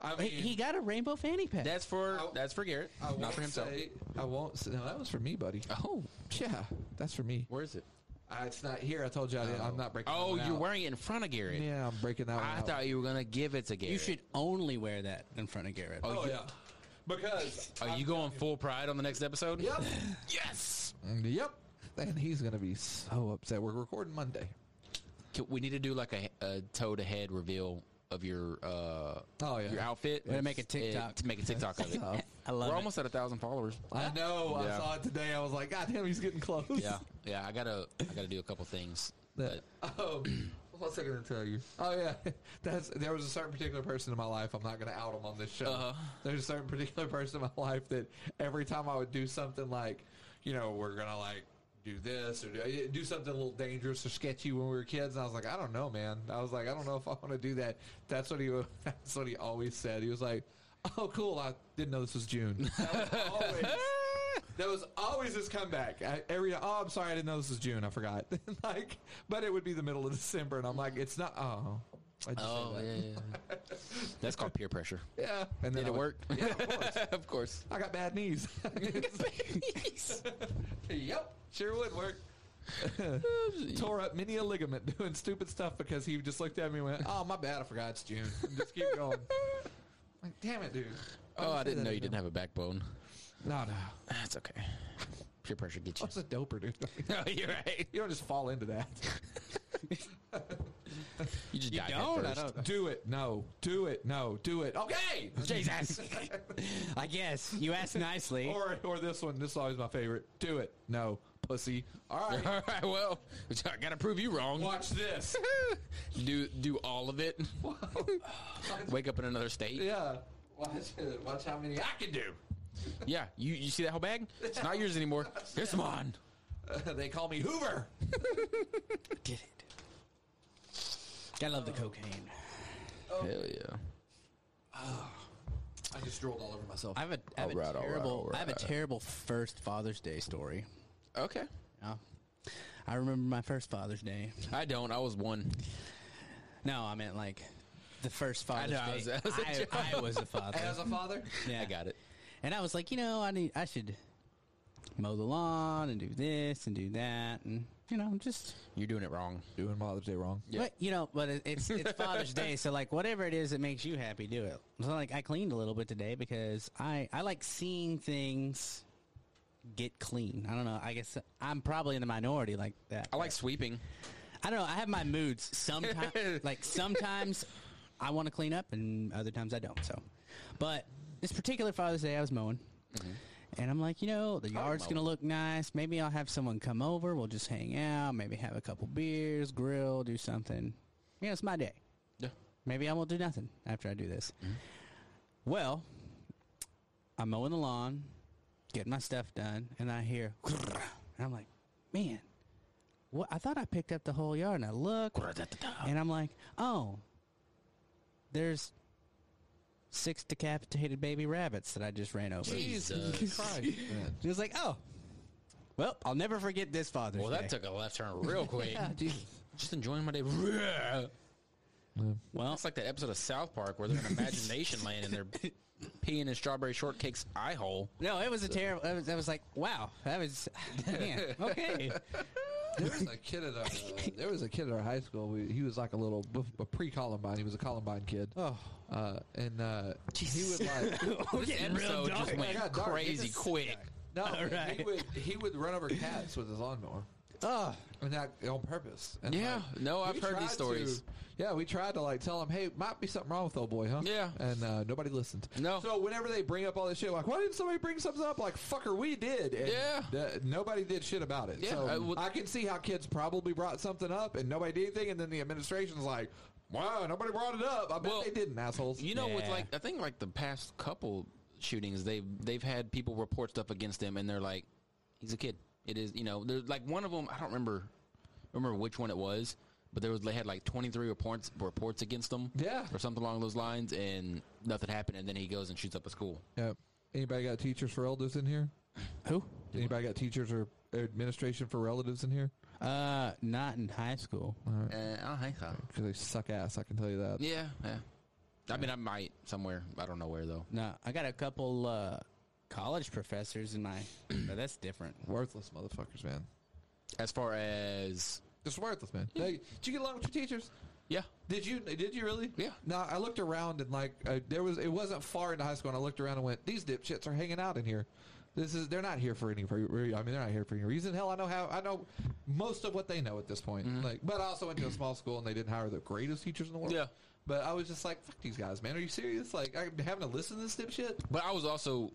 S3: I
S5: he,
S3: mean,
S5: he got a rainbow fanny pack.
S4: That's for
S3: I-
S4: that's for Garrett,
S3: I
S4: not
S3: won't
S4: for himself.
S3: Say, I won't. Say, no, that was for me, buddy.
S4: Oh,
S3: Yeah, that's for me.
S4: where is it?
S3: Uh, it's not here. I told you I didn't, I'm not breaking. that
S4: Oh,
S3: one
S4: you're
S3: out.
S4: wearing it in front of Garrett.
S3: Yeah, I'm breaking that one.
S4: I
S3: out.
S4: thought you were gonna give it to Garrett.
S5: you should only wear that in front of Garrett.
S3: Oh yeah, because
S4: Are you going full pride on the next episode?
S3: yep,
S4: Yes.
S3: yep. And he's gonna be so upset. We're recording Monday.
S4: Can- We need to do like a, a toe to head reveal of your uh
S3: Oh, yeah.
S4: your outfit.
S5: We're gonna make a
S4: And-
S5: TikTok.
S4: to make a TikTok of it.
S3: Oh.
S5: I love
S4: We're
S5: it.
S4: almost at a thousand followers.
S3: I know. I
S4: Yeah.
S3: saw it today. I was like, God damn, he's getting close.
S4: Yeah, yeah. I gotta I gotta do a couple things.
S3: That,
S4: But
S3: oh, what was I going to tell you? Oh yeah, that's there was a certain particular person in my life. I'm not going to out him on this show.
S4: Uh-huh.
S3: There's a certain particular person in my life that every time I would do something like, you know, we're gonna like do this or do, eh, do something a little dangerous or sketchy when we were kids, and I was like, I don't know, man. I was like, I don't know if I want to do that. That's what he. would- That's what he always said. He was like. Oh, cool! I didn't know this was June. That was always, that was always his comeback. I, every oh, I'm sorry, I didn't know this was June. I forgot. like, but it would be the middle of December, and I'm like, it's not. Oh, I just
S4: oh yeah, yeah, yeah. that's called peer pressure.
S3: yeah. And then
S4: Did
S3: I
S4: it
S3: would-
S4: work?
S3: Yeah, of course.
S4: of course.
S3: I got bad knees. yep, sure would work. Tore up many a ligament doing stupid stuff because he just looked at me and went, "Oh, my bad, I forgot it's June." And just keep going. like, damn it, dude.
S4: Oh, I didn't know you didn't have a backbone.
S3: No, no,
S4: That's okay. Peer pressure gets
S3: I
S4: you.
S3: was a doper, dude.
S4: No, Oh, you're right.
S3: you don't just fall into that.
S4: You just die
S5: don't? I
S4: head first.
S3: Do it. No. Do it. No. Do it. Okay.
S5: Jesus, I guess you asked nicely.
S3: Or or this one. This is always my favorite. Do it. No. Pussy. All right.
S4: All right, well, I gotta prove you wrong.
S3: Watch this.
S4: do do all of it. Wake up in another state. Yeah.
S3: Yeah. Watch it. Watch how many I can do.
S4: you you see that whole bag? It's not yours anymore. Here's some on.
S3: they call me Hoover.
S5: Did it. I love the
S3: Uh,
S5: cocaine.
S4: Hell yeah.
S3: I just drooled all over myself.
S5: I have a, I have a
S4: Alright, alright,
S5: terrible. I have a
S4: alright.
S5: terrible first Father's Day story.
S4: Okay.
S5: Yeah. I remember my first Father's Day.
S4: I don't. I was one.
S5: No, I meant like the first Father's
S4: know, I was-
S5: Day.
S4: I was a
S5: I, I was a father.
S3: As a father,
S5: yeah.
S4: I got it.
S5: And I was like, you know, I need, I should mow the lawn and do this and do that, and you know, just.
S4: You're doing it wrong.
S3: doing Mother's Day wrong.
S4: Yeah.
S5: But you know, but it, it's it's Father's Day, so like whatever it is that makes you happy, do it. So like I cleaned a little bit today because I I like seeing things get clean. I don't know. I guess I'm probably in the minority like that.
S4: I like sweeping.
S5: I don't know. I have my moods. Sometimes, like sometimes, I want to clean up, and other times I don't. So, but this particular Father's Day, I was mowing, and I'm like, you know, the yard's gonna look nice. Maybe I'll have someone come over. We'll just hang out. Maybe have a couple beers, grill, do something. You know, it's my day.
S4: Yeah.
S5: Maybe I won't do nothing after I do this.
S4: Mm-hmm.
S5: Well, I'm mowing the lawn, getting my stuff done, and I hear, and I'm like, man, what? I thought I picked up the whole yard, and I look, and I'm like, oh, there's six decapitated baby rabbits that I just ran over.
S4: Jesus.
S3: Christ.
S5: It was like, oh, well, I'll never forget this Father's
S4: Well, that
S5: Day.
S4: took a left turn real quick. Just enjoying my day.
S5: well,
S4: That's like that episode of South Park where they're in imagination land and they're peeing in strawberry shortcake's eye hole.
S5: no, it was a terrible. It was, I was like, wow, that was, man, okay.
S3: There was a kid at our, uh, there was a kid at our high school. We, he was like a little bef- a pre Columbine. He was a Columbine kid.
S5: Oh.
S3: uh, and uh, he would like
S5: We're
S4: This
S5: getting real
S4: episode just
S5: dark.
S4: went
S3: I got dark.
S4: crazy
S3: It's-
S4: quick.
S3: no,
S5: All
S3: he
S5: right.
S3: would he would run over cats with his lawnmower.
S5: Oh,
S3: And that on purpose. And
S4: Yeah.
S3: like,
S4: No, I've
S3: we
S4: heard these
S3: tried
S4: stories.
S3: to- yeah, we tried to like tell him, hey, might be something wrong with old boy, huh?
S4: Yeah.
S3: And uh, nobody listened.
S4: No.
S3: So whenever they bring up all this shit, like, why didn't somebody bring something up? Like, fucker, we did. And
S4: Yeah.
S3: th- nobody did shit about it.
S4: Yeah,
S3: So
S4: I would-
S3: I can see how kids probably brought something up and nobody did anything. And then the administration's like, wow, nobody brought it up. I bet
S4: Well,
S3: they didn't, assholes.
S4: You know, with
S5: Yeah.
S4: like I think like the past couple shootings, they've they've had people report stuff against them, and they're like, He's a kid. It is, you know, there's like one of them. I don't remember, remember which one it was, but there was they had like 23 reports reports against him,
S3: Yeah.
S4: or something along those lines, and nothing happened. And then he goes and shoots up a school.
S3: Yep. Anybody got teachers for relatives in here?
S5: Who?
S3: Anybody got teachers or administration for relatives in here?
S5: Uh, not in high school.
S4: Uh, I don't think so.
S3: Because they suck ass. I can tell you that.
S4: Yeah, yeah. I mean, I might somewhere. I don't know where though.
S5: No, I got a couple uh, college professors in my. but that's different.
S3: Worthless motherfuckers, man.
S4: As far as
S3: Just worthless, man. Hey, did you get along with your teachers?
S4: yeah,
S3: Did you? Did you really?
S4: Yeah.
S3: No, I looked around and like uh, there was. It wasn't far into high school, and I looked around and went, "These dipshits are hanging out in here. This is. They're not here for any. re- re- I mean, they're not here for any reason. Hell, I know how. I know most of what they know at this point.
S4: Mm-hmm.
S3: Like, but I also went to a small school, and they didn't hire the greatest teachers in the world.
S4: Yeah.
S3: But I was just like, "Fuck these guys, man. Are you serious? Like, I'm having to listen to this dipshit."
S4: but I was also.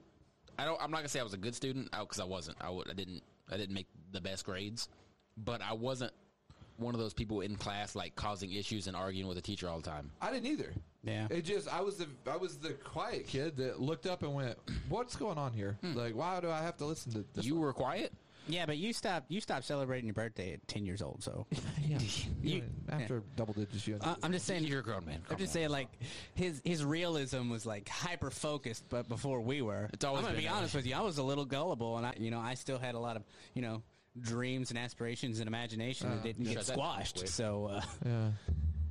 S4: I don't. I'm not gonna say I was a good student because I wasn't. I, would, I didn't. I didn't make the best grades, but I wasn't one of those people in class like causing issues and arguing with the teacher all the time.
S3: I didn't either.
S5: Yeah.
S3: It just I was the I was the quiet kid that looked up and went, "What's going on here?
S5: Hmm.
S3: Like, why do I have to listen to this?"
S4: you were quiet.
S5: Yeah, but you stopped. You stopped celebrating your birthday at ten years old. So
S3: yeah.
S5: You- Uh,
S3: after double digits, you.
S5: I, I'm just saying.
S4: You're a grown man.
S5: I'm just saying, like his his realism was like hyper focused, but before we were,
S4: It's always
S5: I'm gonna
S4: been
S5: be
S4: that
S5: honest with you, I was a little gullible, and I, you know, I still had a lot of, you know, dreams and aspirations and imagination that didn't
S4: shut
S5: get
S4: Uh-huh. that down
S5: squashed.
S4: quick.
S5: So uh,
S3: Yeah.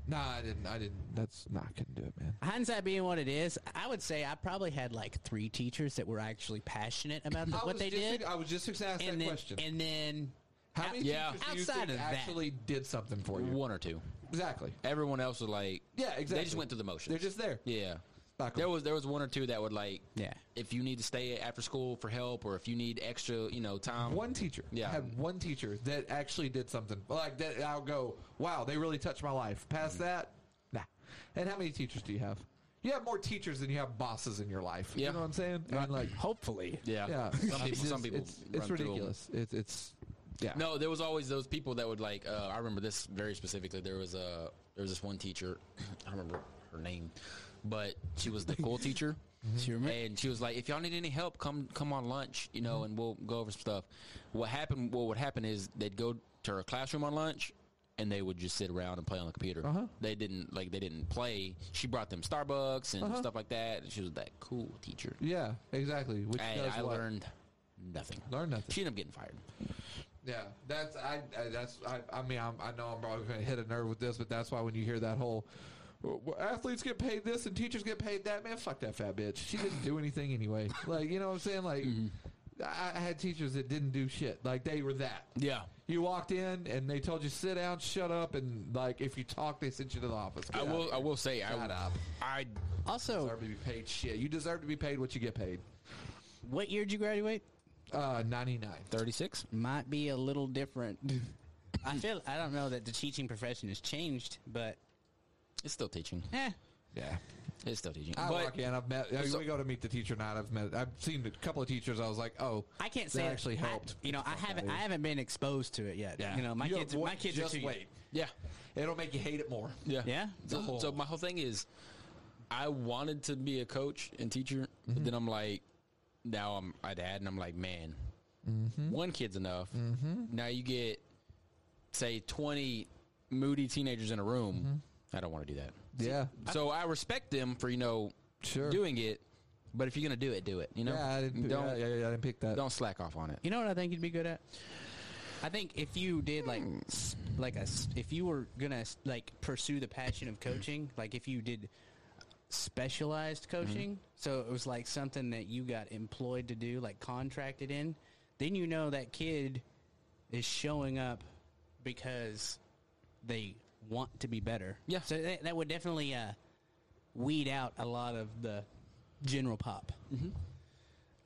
S3: Nah, I didn't. I didn't. That's not. I couldn't do it, man.
S5: hindsight being what it is, I would say I probably had like three teachers that were actually passionate about
S3: I
S5: what
S3: was
S5: they
S3: just,
S5: did,
S3: I was just fixing to ask that
S5: and then
S3: question.
S5: and then
S3: How many
S4: Yeah.
S3: teachers do you
S5: Outside
S3: think
S5: of that.
S3: actually did something for you?
S4: One or two.
S3: Exactly.
S4: Everyone else was like,
S3: Yeah, exactly.
S4: They just went through the motions.
S3: They're just there.
S4: yeah.
S3: Not cool.
S4: There was there was one or two that would like,
S5: Yeah.
S4: If you need to stay after school for help, or if you need extra, you know, time.
S3: One teacher.
S4: Yeah.
S3: I had one teacher that actually did something like that. I'll go. Wow, they really touched my life. Past
S4: Mm-hmm.
S3: that, nah. And how many teachers do you have? You have more teachers than you have bosses in your life.
S4: Yeah.
S3: You know what I'm saying? I mean, like,
S5: hopefully,
S4: Yeah.
S3: yeah.
S4: Some people.
S3: It's just-
S4: some people.
S3: It's,
S4: run
S3: it's
S4: through 'em.
S3: ridiculous. It's it's. Yeah.
S4: No, there was always those people that would like. Uh, I remember this very specifically. There was a there was this one teacher. I don't remember her name, but she was the cool teacher.
S5: She remem-
S4: and she was like, "If y'all need any help, come come on lunch, you
S3: Mm-hmm.
S4: know, and we'll go over some stuff." What happened? What would happen is they'd go to her classroom on lunch, and they would just sit around and play on the computer.
S3: Uh-huh.
S4: They didn't like they didn't play. She brought them Starbucks
S3: Uh-huh.
S4: and stuff like that, and she was that cool teacher.
S3: Yeah. Exactly. Which
S4: And
S3: does
S4: I
S3: what?
S4: learned nothing.
S3: Learn nothing.
S4: She ended up getting fired.
S3: Yeah, that's I. I that's I. I mean, I'm, I know I'm probably going to hit a nerve with this, but that's why when you hear that whole "Well, well, athletes get paid this and teachers get paid that, man, fuck that fat bitch. She didn't do anything anyway. Like you know what I'm saying? Like
S4: Mm-hmm.
S3: I, I had teachers that didn't do shit. Like they were that.
S4: Yeah.
S3: You walked in and they told you sit down, shut up, and like if you talk, they sent you to the office.
S4: I
S3: Get out of
S4: will. I
S3: here.
S4: will say.
S3: Shut
S4: I.
S3: up.
S4: I.
S5: Also,
S3: Deserve to be paid shit. You deserve to be paid what you get paid.
S5: what year did you graduate?
S3: Uh, ninety nine.
S4: Thirty six.
S5: might be a little different. I feel I don't know that the teaching profession has changed, but
S4: It's still teaching.
S5: eh,
S3: Yeah.
S4: It's still teaching.
S3: I
S4: but
S3: walk in. I've met. I mean,
S4: So-
S3: we go to meet the teacher night. I've met. I've seen a couple of teachers. I was like, oh,
S5: I can't
S3: that
S5: say
S3: actually
S5: I-
S3: helped.
S5: you know, I haven't I haven't been exposed to it yet.
S3: Yeah.
S5: You know, my
S3: You
S5: kids
S3: avoid-
S5: my kids
S3: just
S5: are too
S3: wait.
S4: yeah,
S3: It'll make you hate it more.
S4: yeah,
S5: Yeah?
S4: So, so my whole thing is, I wanted to be a coach and teacher, but then I'm like, now I'm a dad, and I'm like, man, one kid's enough. Now you get, say, twenty moody teenagers in a room. I don't want to do that.
S3: Yeah.
S4: So Mm-hmm. I respect them for you know
S3: Sure.
S4: doing it, but if you're gonna do it, do it. You know,
S3: yeah, I didn't.
S4: don't
S3: yeah, yeah, yeah, I didn't pick that.
S4: don't slack off on it.
S5: You know what I think you'd be good at? I think if you did like s- like a s- if you were going to like pursue the passion of coaching, like if you did specialized coaching, so it was like something that you got employed to do, like contracted in, then you know that kid is showing up because they want to be better.
S4: Yeah.
S5: So that, that would definitely uh, weed out a lot of the general pop. Mm-hmm.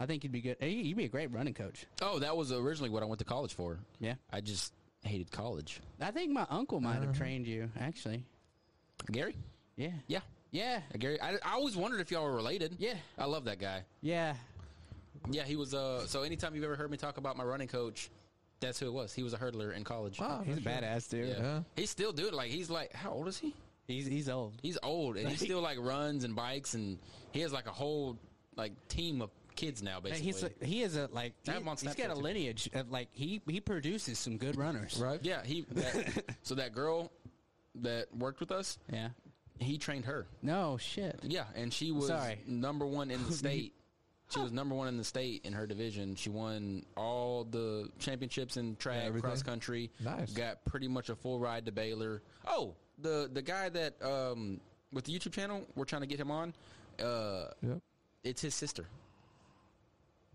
S5: I think you'd be good. Hey, You'd be a great running coach.
S4: Oh, that was originally what I went to college for.
S5: Yeah.
S4: I just hated college.
S5: I think my uncle might
S3: Uh-huh.
S5: have trained you, actually.
S4: Gary?
S5: Yeah.
S4: Yeah. Uh,
S5: Yeah.
S4: Gary, I, I always wondered if y'all were related.
S5: Yeah.
S4: I love that guy.
S5: Yeah.
S4: Yeah, he was, uh, so anytime you've ever heard me talk about my running coach, that's who it was. He was a hurdler in college.
S3: Wow,
S5: Oh, He's
S3: for sure.
S5: badass, dude.
S4: Yeah.
S3: Yeah.
S4: He's still doing, like, he's like, how old is he?
S5: He's, he's old.
S4: He's old and he still, like, runs and bikes and he has, like, a whole, like, team of kids now,
S5: Hey,
S4: basically.
S5: He's a- he is a like he,
S4: I have him on
S5: has got a
S4: Snapchat, too.
S5: lineage of like he he produces some good runners
S3: right?
S4: yeah, he. That, so that girl that worked with us,
S5: yeah
S4: he trained her.
S5: no shit
S4: Yeah, and she was
S5: Sorry.
S4: number one in the state. she was number one in the state in her division. She won all the championships in track,
S3: everything.
S4: cross country.
S3: Nice.
S4: Got pretty much a full ride to Baylor. Oh, the the guy that um with the YouTube channel, we're trying to get him on. Uh,
S3: Yep.
S4: it's his sister.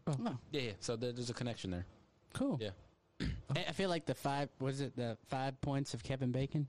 S5: Oh,
S4: Yeah, yeah. So there- there's a connection there.
S5: cool
S4: Yeah.
S5: I I feel like the five was it the five points of Kevin Bacon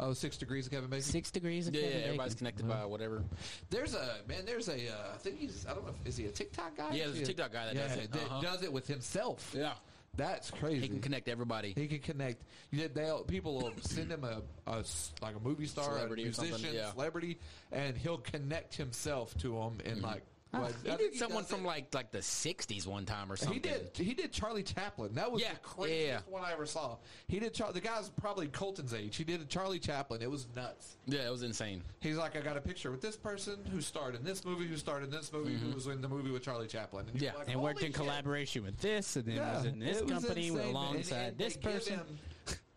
S3: Oh, six degrees of Kevin Bacon.
S5: six degrees of
S4: Yeah, yeah,
S5: Kevin Bacon
S4: everybody's connected
S3: Uh-huh.
S4: by whatever.
S3: There's a man. There's a. Uh, I think he's. I don't know. if- Is he a TikTok guy?
S4: Yeah, there's a
S3: Is he
S4: TikTok guy that
S3: yeah,
S4: does it.
S3: that
S4: Uh-huh.
S3: does it with himself.
S4: Yeah.
S3: that's crazy.
S4: He can connect everybody.
S3: He can connect. You know, they'll people will send him a, a s- like a movie star,
S4: Celebrity
S3: a
S4: or something,
S3: musician,
S4: yeah.
S3: celebrity, and he'll connect himself to him in
S4: Mm-hmm.
S3: like. what- I
S4: Ah, He
S3: think
S4: did Uh, someone
S3: does
S4: from
S3: it-
S4: like like the '60s one time or something.
S3: He did. He did Charlie Chaplin. That was
S4: Yeah,
S3: the craziest
S4: yeah.
S3: one I ever saw. He did. Char- the guy's probably Colton's age. He did a Charlie Chaplin. It was nuts.
S4: Yeah, it was insane.
S3: He's like, I got a picture with this person who starred in this movie, who starred in this movie,
S4: Mm-hmm.
S3: who was in the movie with Charlie Chaplin. And you're
S4: Yeah.
S3: like,
S5: and worked
S3: "Holy
S5: in
S3: shit."
S5: collaboration with this and then
S3: Yeah,
S5: was in this
S3: it was
S5: company
S3: insane, man.
S5: alongside
S3: And- and
S5: this
S3: they give
S5: person
S3: him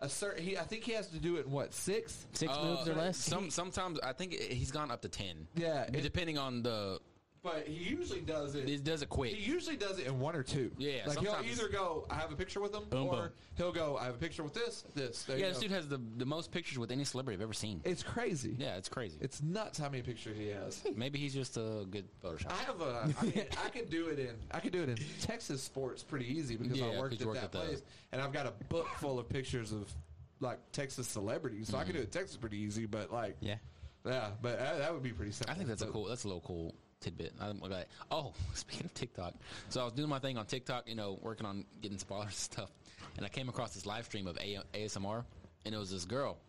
S3: A certain, he, I think he has to do it in what six?
S5: six
S4: Uh,
S5: moves or less
S4: Some sometimes I think it- he's gone up to ten.
S3: Yeah,
S4: But
S3: it-
S4: depending on the
S3: But he usually does it.
S4: it does it quick.
S3: he usually does it in one or two.
S4: Yeah,
S3: like he'll
S4: sometimes.
S3: either go, I have a picture with him,
S5: Boom,
S3: or
S5: boom.
S3: he'll go, I have a picture with this, this. There
S4: yeah,
S3: you
S4: this
S3: go.
S4: dude has the the most pictures with any celebrity I've ever seen.
S3: It's crazy.
S4: yeah, it's crazy.
S3: It's nuts how many pictures he has.
S4: Maybe he's just a good Photoshop.
S3: I have a. I mean, I can do it in. I can do it in Texas sports pretty easy because
S4: Yeah,
S3: I
S4: 'cause
S3: worked
S4: you
S3: at
S4: worked
S3: that
S4: at the-
S3: place, and I've got a book full of pictures of like Texas celebrities, so I can
S4: Mm-hmm.
S3: do it Texas pretty easy. But like,
S5: Yeah.
S3: yeah, but uh, that, that would be pretty simple.
S4: I think that's a
S3: But-
S4: cool. That's a little cool tidbit. I didn't look at it. Oh, speaking of TikTok, so I was doing my thing on TikTok, you know, working on getting sponsors and stuff, and I came across this live stream of a- ASMR, and it was this girl.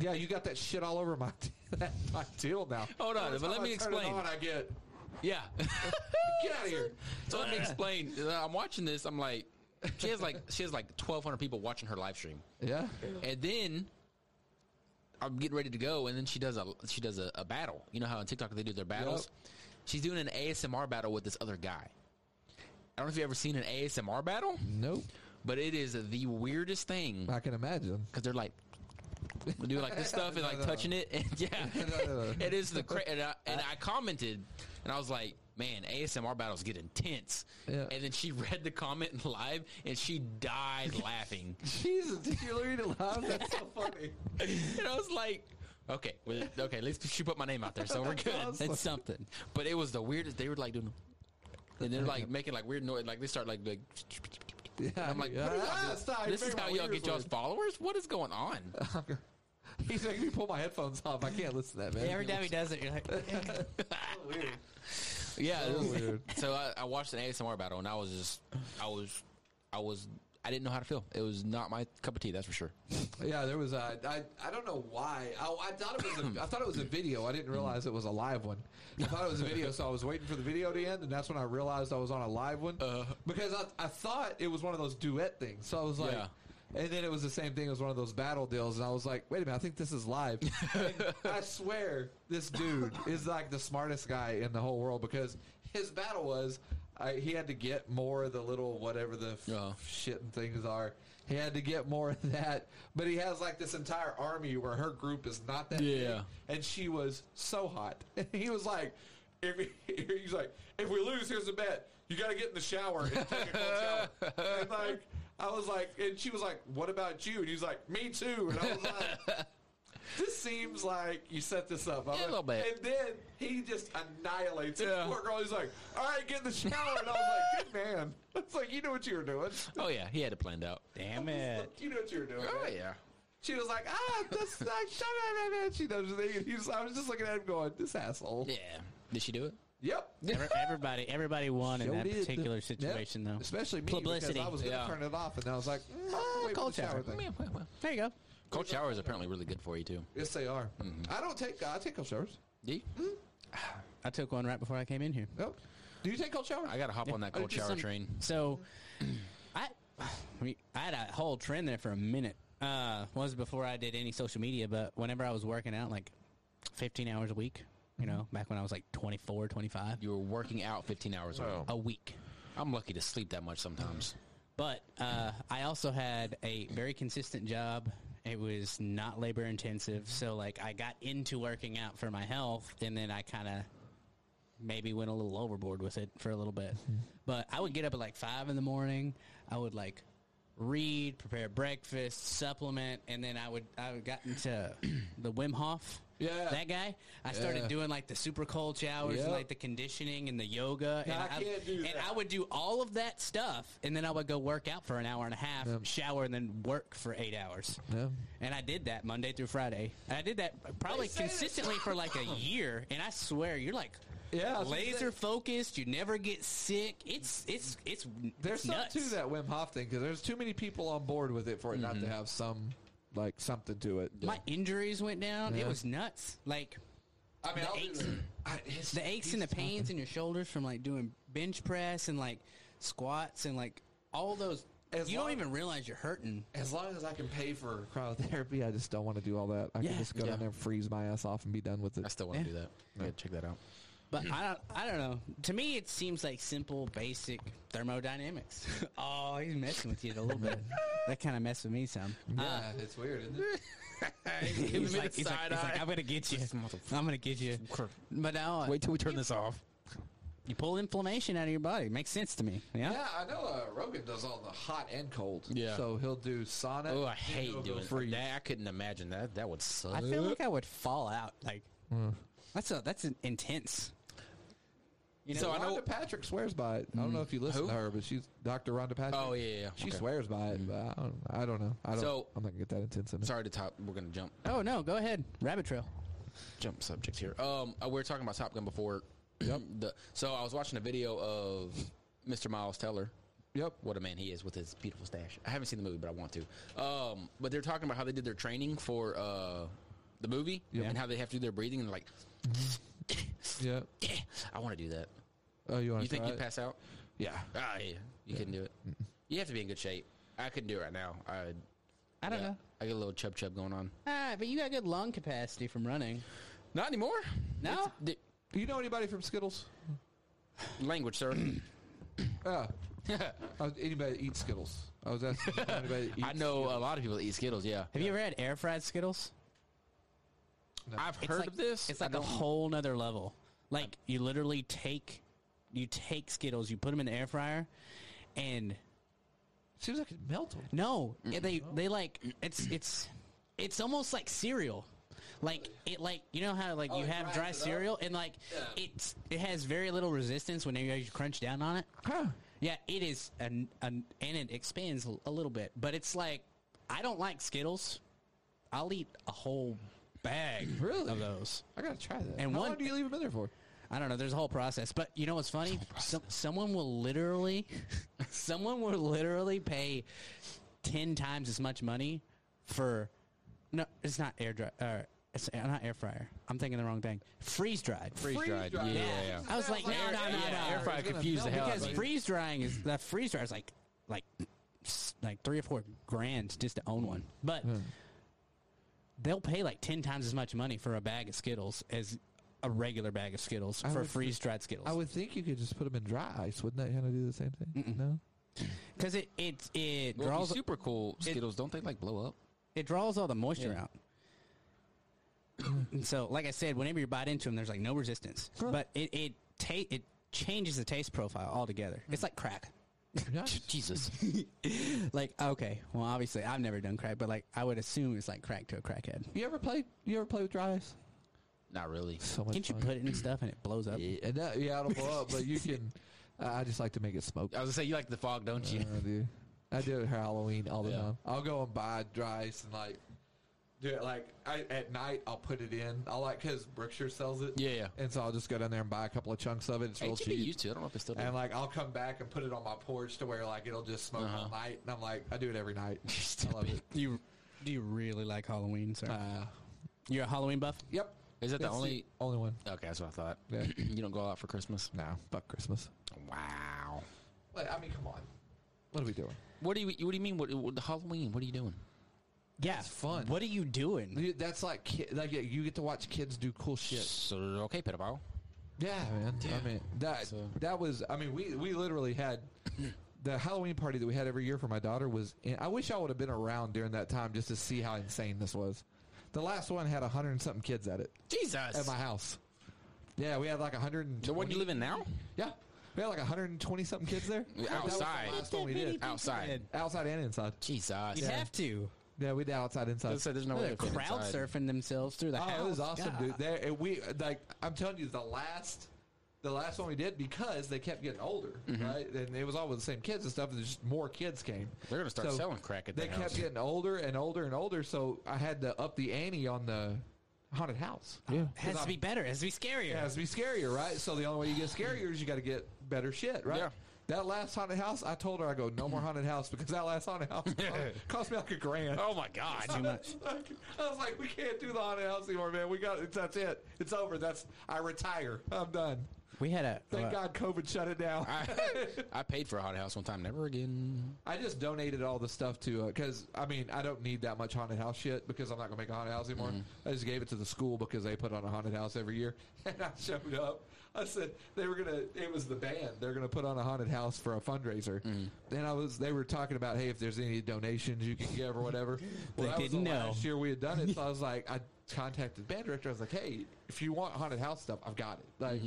S3: Yeah, you got that shit all over my that, my deal now.
S4: Hold on,
S3: Every
S4: but let
S3: time
S4: me
S3: I turn it
S4: explain.
S3: on, I get
S4: Yeah.
S3: get out of here.
S4: so let me explain. I'm watching this. I'm like, she has like she has like 1,200 people watching her live stream.
S3: Yeah,
S4: And then I'm getting ready to go, and then she does a she does a, a battle. You know how on TikTok they do their battles. She's doing an ASMR battle with this other guy. I don't know if you've ever seen an ASMR battle,
S3: nope.
S4: but it is the weirdest thing
S3: I can imagine.
S4: because they're like they do like this stuff and like
S3: No, no.
S4: touching it, and yeah,
S3: no, no.
S4: it is the cra- and I, and I commented and I was like. Man, ASMR battles get intense.
S3: Yeah.
S4: And then she read the comment live, and she died laughing.
S3: Jesus, did you read it live? That's so funny.
S4: and I was like, okay, well, okay, at least she put my name out there, so we're good.
S5: it's something
S4: But it was the weirdest. They were like doing, and they're like making like weird noise. Like they start like, like
S3: Yeah,
S4: I'm like, what are y'all
S3: ah,
S4: doing?
S3: stop,
S4: this
S3: you
S4: is
S3: made
S4: how
S3: my
S4: y'all
S3: ears
S4: get y'all's
S3: red.
S4: followers. What is going on?
S3: He's making me pull my headphones off. I can't listen to that, man.
S5: every time he does it you're like
S4: yeah, it was-
S3: weird.
S4: so I, I watched an ASMR battle, and I was just, I was, I was, I didn't know how to feel. It was not my cup of tea, that's for sure.
S3: Yeah, there was a. I, I don't know why. I, I thought it was. A, I thought it was a video. I didn't realize it was a live one. I thought it was a video, so I was waiting for the video to end, and that's when I realized I was on a live one because I, I thought it was one of those duet things. So I was like.
S4: Yeah.
S3: And then it was the same thing. It was one of those battle deals, and I was like, "Wait a minute, I think this is live." And I swear, this dude is like the smartest guy in the whole world because his battle was uh, he had to get more of the little whatever the f-
S4: Uh-huh.
S3: shit and things are. He had to get more of that, but he has like this entire army where her group is not that big,
S4: Yeah.
S3: and she was so hot. And he was like, if he's like, if we lose, here's a bet. You got to get in the shower and take a cold shower. And like, I was like, and she was like, what about you? And he's like, me too. And I was like. This seems like you set this up. I'm
S4: Yeah, a
S3: like-
S4: little bit.
S3: And then he just annihilates this
S4: Yeah.
S3: poor girl. He's like, all right, get in the shower. And I was like, good man. It's like, you knew what you were doing.
S4: Oh yeah, he had it planned out.
S5: damn it
S3: You know what you were doing. man.
S4: Oh, yeah.
S3: She was like, ah, that's like, shut up, man. She knows the thing. And he was, I was just looking at him going, this asshole.
S4: Yeah. Did she do it?
S3: Yep.
S5: Every- everybody everybody won in
S3: Sure
S5: that
S3: did.
S5: particular
S3: Yep.
S5: situation though
S3: Especially me
S5: Publicity.
S3: because I was going to
S4: Yeah.
S3: turn it off, and I was like, mm, I'll wait for
S5: cold
S3: the shower
S5: shower.
S3: thing.
S4: Man, well, well.
S5: there you go
S4: Cold showers are apparently really good for you too.
S3: Yes, they are.
S5: Mm-hmm.
S3: I don't take. I take cold showers.
S4: Do you?
S5: I took one right before I came in here
S3: Yep. Do you take cold showers?
S4: I gotta hop on that
S5: Oh,
S4: cold
S5: just
S4: shower
S5: some-
S4: train.
S5: So, I, I mean, I had a whole trend there for a minute. Uh, was before I did any social media, but whenever I was working out, like fifteen hours a week, you know, back when I was like 24, 25
S4: You were working out 15 hours a week. Oh,
S5: a week.
S4: I'm lucky to sleep that much sometimes.
S5: But uh, I also had a very consistent job. It was not labor intensive,
S3: Mm-hmm.
S5: so like I got into working out for my health, and then I kind of maybe went a little overboard with it for a little bit.
S3: Mm-hmm.
S5: But I would get up at like five in the morning. I would like read, prepare breakfast, supplement, and then I would I would got into the Wim Hof.
S3: Yeah.
S5: that guy. I started
S3: Yeah.
S5: doing like the super cold showers
S3: Yep.
S5: and like the conditioning and the yoga. and
S3: I can't do
S5: and
S3: that.
S5: I would do all of that stuff, and then I would go work out for an hour and a half, shower, and then work for eight hours.
S3: Yeah.
S5: And I did that Monday through Friday. And I did that probably consistently for like a year. And I swear, you're like
S3: Yeah, I was gonna
S5: laser focused. You never get sick. It's it's it's
S3: There's
S5: it's
S3: something
S5: nuts.
S3: to that Wim Hof thing because there's too many people on board with it for it not to have some like something to it.
S5: Mm-hmm. My injuries went down. It
S3: Yeah.
S5: was nuts. Like
S3: I mean,
S5: the
S3: I'll
S5: aches
S3: do
S5: and-
S3: I- it's-
S5: the aches and the pains in your shoulders from like doing bench press and like squats and like all those.
S3: As
S5: you don't
S3: long-
S5: even realize you're hurting.
S3: as long as I can pay for cryotherapy, I just don't want to do all that. I
S5: Yeah.
S3: can just go
S4: Yeah.
S3: down there and freeze my ass off and be done with it.
S4: I still want to
S5: Yeah.
S4: do that. Yeah, check that out.
S5: But I don't, I don't know. To me, it seems like simple, basic thermodynamics. oh, he's messing with you a little bit. That kind of messed with me some. Uh,
S3: it's weird, isn't it?
S5: he's, like, he's, like, he's like, I'm gonna get you. I'm gonna get you. But now uh,
S4: Wait till we turn this off.
S5: you pull inflammation out of your body. Makes sense to me. Yeah.
S3: Yeah, I know. Uh, Rogan does all the hot and cold.
S4: Yeah.
S3: so he'll do sauna.
S4: Oh, I hate
S3: He'll go
S4: doing
S3: freeze.
S4: that. I couldn't imagine that. That would suck.
S5: I feel like I would fall out. Like that's a, that's an intense.
S4: so I
S3: Rhonda
S4: know. Mm.
S3: Patrick swears by it. I don't know if you listen
S4: Who?
S3: to her, but she's Dr. Rhonda Patrick.
S4: Oh yeah, yeah. yeah.
S3: She
S4: Okay. Mm.
S3: swears by it, but I don't, I don't know. I don't,
S4: So-
S3: I'm not gonna get that intense in it.
S4: Sorry to top. We're gonna jump
S5: Oh no, go ahead. Rabbit trail.
S4: jump subject here. Um, uh, we were talking about Top Gun before. The- so I was watching a video of Mr. Miles Teller.
S3: Yep.
S4: What a man he is with his beautiful stash. I haven't seen the movie, but I want to. Um, but they're talking about how they did their training for uh, the movie and how they have to do their breathing and like,
S3: Yeah.
S4: I want to do that.
S3: Oh, you want
S4: You
S3: to
S4: think
S3: try
S4: you'd
S3: it?
S4: pass out?
S3: Yeah.
S4: Ah, yeah. You couldn't do it. You have to be in good shape. I couldn't do it right now. I,
S5: I don't
S4: yeah,
S5: know.
S4: I get a little chub chub going on.
S5: All right, but you got good lung capacity from running.
S4: Not anymore.
S5: No?
S4: It's-
S3: Do you know anybody from Skittles?
S4: the- language, sir.
S3: Yeah. Uh, anybody that eats Skittles? I was asking. if anybody that
S4: I
S3: eats-
S4: know a lot of people that eat Skittles. Yeah,
S5: Have you ever had air fried Skittles?
S4: I've
S5: It's
S4: heard
S5: like-
S4: of this.
S5: It's
S4: I
S5: like a
S4: don't-
S5: whole nother level. Like you literally take you take Skittles, you put them in the air fryer, and
S3: Seems like it melt them.
S5: no, and they
S4: Mm-hmm.
S5: they like it's it's it's almost like cereal. Like it, like you know how
S4: Oh,
S5: like you
S3: it
S5: have dry
S3: dries it up.
S5: cereal and like it's it has very little resistance whenever you crunch down on it.
S3: Huh.
S5: Yeah, it is, an, an, and it expands a little bit. But it's like I don't like Skittles. I'll eat a whole bag
S3: Really?
S5: of those.
S3: I gotta try that.
S5: And
S3: How
S5: one-
S3: long do you leave them in there for?
S5: I don't know. There's a whole process, but you know what's funny? Some, someone will literally, someone will literally pay ten times as much money for. No, it's not air dry. Uh, it's uh, not air fryer. I'm thinking the wrong thing. Freeze dried.
S4: freeze dried. Yeah,
S3: dried.
S4: yeah, yeah.
S5: I was like, no, no, no, no.
S4: air fryer
S3: It's gonna
S4: confused the
S3: melt.
S4: hell out of
S5: because
S4: me.
S5: freeze drying is that freeze dryer is like like s- like three or four grand just to own one, but
S4: Hmm.
S5: they'll pay like ten times as much money for a bag of Skittles as a regular bag of Skittles for
S3: would-
S5: freeze dried Skittles.
S3: I would think you could just put them in dry ice. Wouldn't that kind of do the same thing? No.
S5: because it it it
S4: Well,
S5: draws
S4: these super cool Skittles. don't they like blow up?
S5: it draws all the moisture out. and so, like I said, whenever you bite into them, there's like no resistance, but it it ta- it changes the taste profile altogether.
S3: Hmm.
S5: It's like crack.
S3: Nice.
S4: Jesus.
S5: like okay, well, obviously I've never done crack, but like I would assume it's like crack to a crackhead.
S3: You ever play? You ever play with dry ice?
S4: Not really.
S3: So much.
S5: Can't you
S3: fun.
S5: put it in stuff and it blows up?
S3: Yeah, and that, yeah, it'll blow up, but you can. I I just like to make it smoke.
S4: I was gonna say you like the fog, don't you?
S3: I do. I do it for Halloween all the
S4: Yeah.
S3: time. I'll go and buy dry ice and like do it like I, at night. I'll put it in. I like because Brookshire sells it.
S4: Yeah, yeah.
S3: And so I'll just go down there and buy a couple of chunks of it. It's
S4: Hey,
S3: real
S4: you should be
S3: cheap.
S4: used to. it. I don't know if it's still.
S3: And like I'll come back and put it on my porch to where like it'll just smoke all night. And I'm like, I do it every night. I love it.
S5: You do you really like Halloween, sir?
S3: Uh,
S5: You're a Halloween buff.
S3: yep.
S4: Is that the
S3: That's
S4: only?
S3: only one?
S4: Okay, that's what I thought.
S3: Yeah.
S4: you don't go out for Christmas.
S3: No, fuck Christmas.
S4: Wow.
S3: Wait, I mean, come on. What are we doing?
S4: What do you? What do you mean? What, what the Halloween? What are you doing?
S5: Yeah,
S3: It's fun.
S5: What are you doing?
S3: You- That's like ki- like yeah, you get to watch kids do cool shit.
S4: So, okay, pedophile.
S3: Yeah, man. I mean that
S1: So-
S3: that was. I mean we we literally had the Halloween party that we had every year for my daughter was. In, I wish I would have been around during that time just to see how insane this was. The last one had a hundred and something kids at it at
S4: Jesus.
S3: my house. Yeah, we had like a hundred and
S4: The one you live in now?
S3: yeah, we had like a hundred and twenty something kids there
S4: Yeah,
S3: That was the
S4: outside.
S3: last one we did. Oh,
S4: Outside.
S3: outside and inside.
S4: Jesus.
S5: You have to.
S3: Yeah, we did outside inside.
S4: Let's say there's no way
S5: They're
S4: to fit
S5: crowd
S4: inside.
S5: surfing themselves through the house.
S3: Oh, it was awesome,
S5: God.
S3: dude. There, and we like I'm telling you, the last, the last one we did because they kept getting older,
S4: Mm-hmm.
S3: right? And it was all with the same kids and stuff. And just more kids came.
S4: They're gonna start selling crack at
S3: They
S4: the
S3: kept
S4: house.
S3: getting older and older and older. So I had to up the ante on the haunted house.
S4: Yeah.
S5: It has to be better. It has to be scarier.
S3: It has to be scarier, right? So the only way you get scarier is you got to get better shit, right?
S4: Yeah.
S3: That last haunted house, I told her I go no more haunted house because that last haunted house cost, cost me like a grand.
S4: Oh my god.
S5: Too much.
S3: Like, I was like, we can't do the haunted house anymore, man. We got that's it. It's over. That's I retire. I'm done.
S5: We had a.
S3: Thank
S5: uh,
S3: God COVID shut it down.
S4: I, I paid for a haunted house one time. Never again.
S3: I just donated all the stuff to because I mean I don't need that much haunted house shit because I'm not gonna make a haunted house anymore.
S5: Mm-hmm.
S3: I just gave it to the school because they put on a haunted house every year, and I showed up. I said they were gonna. It was the band. They're gonna put on a haunted house for a fundraiser.
S5: Mm-hmm.
S3: Then I was. They were talking about hey if there's any donations you can give or whatever. well,
S5: They
S3: that was
S5: didn't
S3: the
S5: know.
S3: Last year we had done it, so I was like I contacted the band director. I was like hey if you want haunted house stuff I've got it like.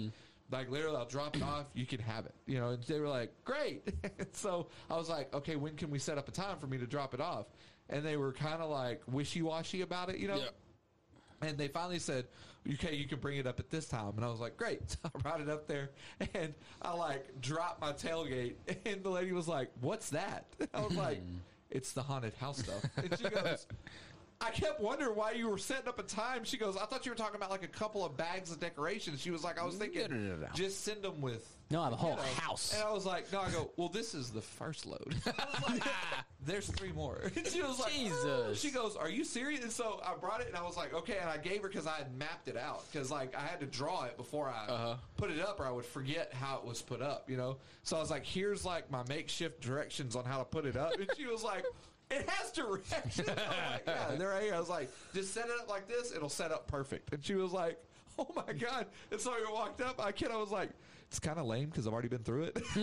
S3: Like literally, I'll drop it off. You can have it, you know. And they were like, "Great." so I was like, "Okay, when can we set up a time for me to drop it off?" And they were kind of like wishy washy about it, you know.
S4: Yeah.
S3: And they finally said, "Okay, you can bring it up at this time." And I was like, "Great!" So I brought it up there, and I like dropped my tailgate, and the lady was like, "What's that?" I was like, "It's the haunted house stuff." And she goes. I kept wondering why you were setting up a time. She goes, I thought you were talking about like a couple of bags of decorations. She was like, I was thinking,
S4: No, no, no, no.
S3: just send them with
S5: No, the whole
S3: you know.
S5: house.
S3: And I was like, no, I go, well, this is the first load. I was like, there's three more. And she was like,
S4: Jesus.
S3: "Oh." She goes, are you serious? And so I brought it and I was like, okay. And I gave her because I had mapped it out because like I had to draw it before I put it up or I would forget how it was put up, you know? So I was like, here's like my makeshift directions on how to put it up. And she was like, it has directions. I was like, yeah, they're right here. I was like, just set it up like this. It'll set up perfect. And she was like, oh my God. And so I walked up. I kid, I was like, it's kind of lame because I've already been through it.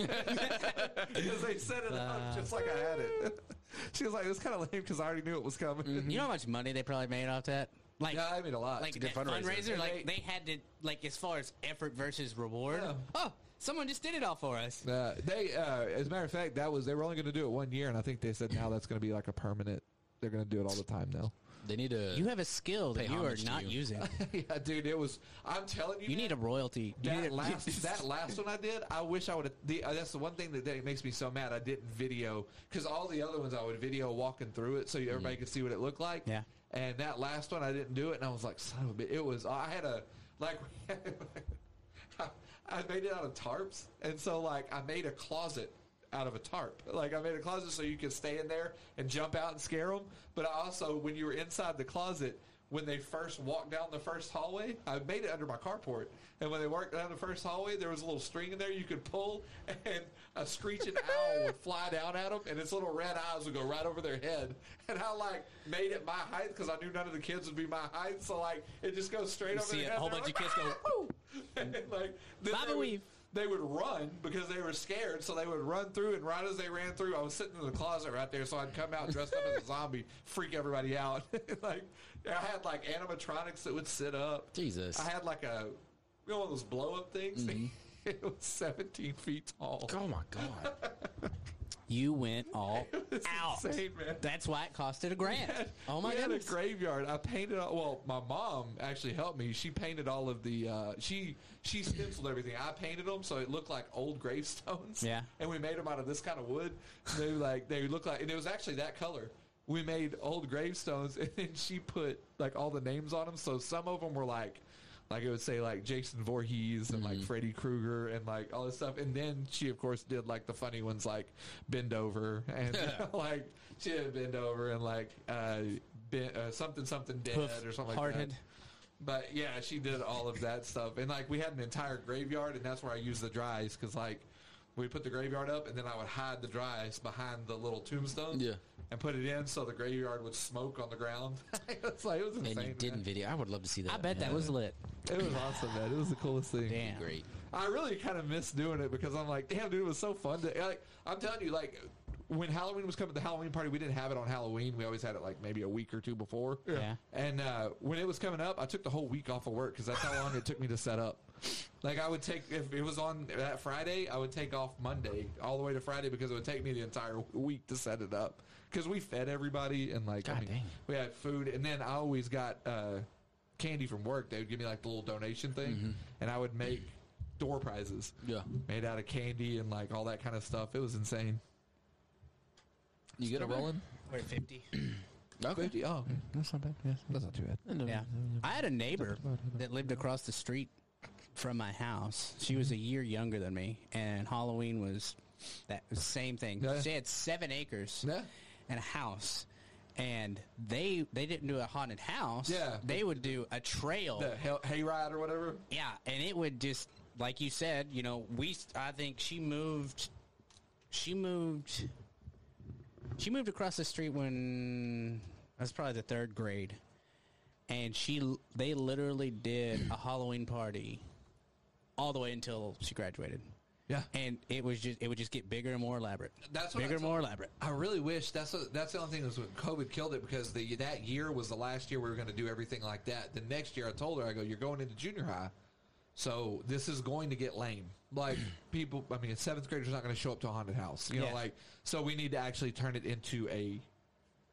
S3: Because they set it up just like I had it. she was like, it was kind of lame because I already knew it was coming.
S5: You know how much money they probably made off that? Like,
S3: Yeah, I made a lot.
S5: Mm-hmm. like
S3: It's a
S5: that
S3: good
S5: fundraiser.
S3: fundraiser.
S5: like they had to, like as far as effort versus reward.
S3: Yeah.
S5: Oh, someone just did it all for us.
S3: Uh, they, uh, as a matter of fact, that was they were only going to do it one year, and I think they said now that's going to be like a permanent. They're going to do it all the time now.
S4: They need to.
S5: You have a skill that
S4: Pay
S5: you are
S4: homage to
S5: not
S4: you.
S5: using.
S3: yeah, dude, it was. I'm telling you,
S5: You need a royalty. You need
S3: That
S5: a-
S3: last that last one I did, I wish I would. have uh, That's the one thing that, that makes me so mad. I didn't video because all the other ones I would video walking through it so you- everybody could see what it looked like.
S5: Yeah.
S3: And that last one I didn't do it, and I was like, son of a bit. It was. I had a like. I made it out of tarps, and so like I made a closet out of a tarp. Like I made a closet so you could stay in there and jump out and scare them. But I also, when you were inside the closet, when they first walked down the first hallway, I made it under my carport. And when they walked down the first hallway, there was a little string in there you could pull, and a screeching owl would fly down at them, and its little red eyes would go right over their head. And I like made it my height because I knew none of the kids would be my height, so like it just goes straight over
S5: see
S3: their
S5: a
S3: head.
S5: whole
S3: They're
S5: bunch
S3: like,
S5: of kids go,
S3: "Woo!" and like then
S5: Bobby
S3: they would-
S5: Weave.
S3: They would run because they were scared, so they would run through. And right as they ran through, I was sitting in the closet right there, so I'd come out dressed up as a zombie, freak everybody out. like I had like animatronics that would sit up.
S4: Jesus.
S3: I had like a you know one of those blow up things.
S5: Mm-hmm.
S3: it was seventeen feet tall.
S4: oh my god.
S5: You went all
S3: It's
S5: out.
S3: insane, man.
S5: That's why it costed a grand. oh
S3: we
S5: my
S3: had a
S5: goodness.
S3: graveyard. I painted. All, well, my mom actually helped me. She painted all of the. Uh, she she stenciled everything. I painted them so it looked like old gravestones.
S5: Yeah.
S3: and we made them out of this kind of wood. They were like they look like, and it was actually that color. We made old gravestones, and then she put like all the names on them. So some of them were like. Like it would say like Jason Voorhees and like Freddy Krueger and like all this stuff, and then she of course did like the funny ones like bend over and like she had bend over and like uh, ben, uh something something dead
S5: Hoof
S3: or something like
S5: hearted.
S3: that. But yeah, she did all of that stuff, and like we had an entire graveyard, and that's where I used the dry ice because like we put the graveyard up, and then I would hide the dry ice behind the little tombstones.
S4: Yeah.
S3: and put it in so the graveyard would smoke on the ground. it's like it was
S4: And
S3: insane.
S4: you didn't video. I would love to see that.
S5: I bet that was lit.
S3: Man. It was awesome, man. It was the coolest thing.
S5: Damn.
S4: great.
S3: I really kind of miss doing it because I'm like, damn, dude, it was so fun. To, like, I'm telling you, like, when Halloween was coming, the Halloween party, we didn't have it on Halloween. We always had it like maybe a week or two before.
S5: Yeah.
S3: And uh, when it was coming up, I took the whole week off of work because that's how long it took me to set up. Like, I would take, if it was on that Friday, I would take off Monday all the way to Friday because it would take me the entire week to set it up. Because we fed everybody and, like, I
S4: God
S3: mean,
S4: dang.
S3: we had food. And then I always got, uh, candy from work. They would give me like the little donation thing,
S4: Mm-hmm.
S3: and I would make door prizes.
S4: Yeah.
S3: made out of candy and like all that kind of stuff. It was insane.
S4: You get a rolling?
S5: We're at 50.
S4: Okay.
S3: Oh, okay.
S4: That's not bad. Yes.
S3: that's not too bad.
S5: Yeah. I had a neighbor that lived across the street from my house. She was a year younger than me, and Halloween was that same thing.
S3: Yeah.
S5: She had seven acres
S3: Yeah.
S5: and a house. And they they didn't do a haunted house.
S3: Yeah.
S5: They would do a trail.
S3: The hell, hayride or whatever.
S5: Yeah, and it would just like you said, you know, we I think she moved she moved she moved across the street when I was probably the 3rd grade. And she l- they literally did a Halloween party all the way until she graduated.
S3: Yeah,
S5: And it was just it would just get bigger and more elaborate.
S3: That's what I
S5: bigger and
S3: told-
S5: more elaborate.
S3: I really wish that's what, that's the only thing is when COVID killed it because the that year was the last year we were going to do everything like that. The next year, I told her, I go, you're going into junior high, so this is going to get lame. Like people, I mean, a seventh grader's not going to show up to a haunted house, you know.
S5: Yeah.
S3: Like, so we need to actually turn it into a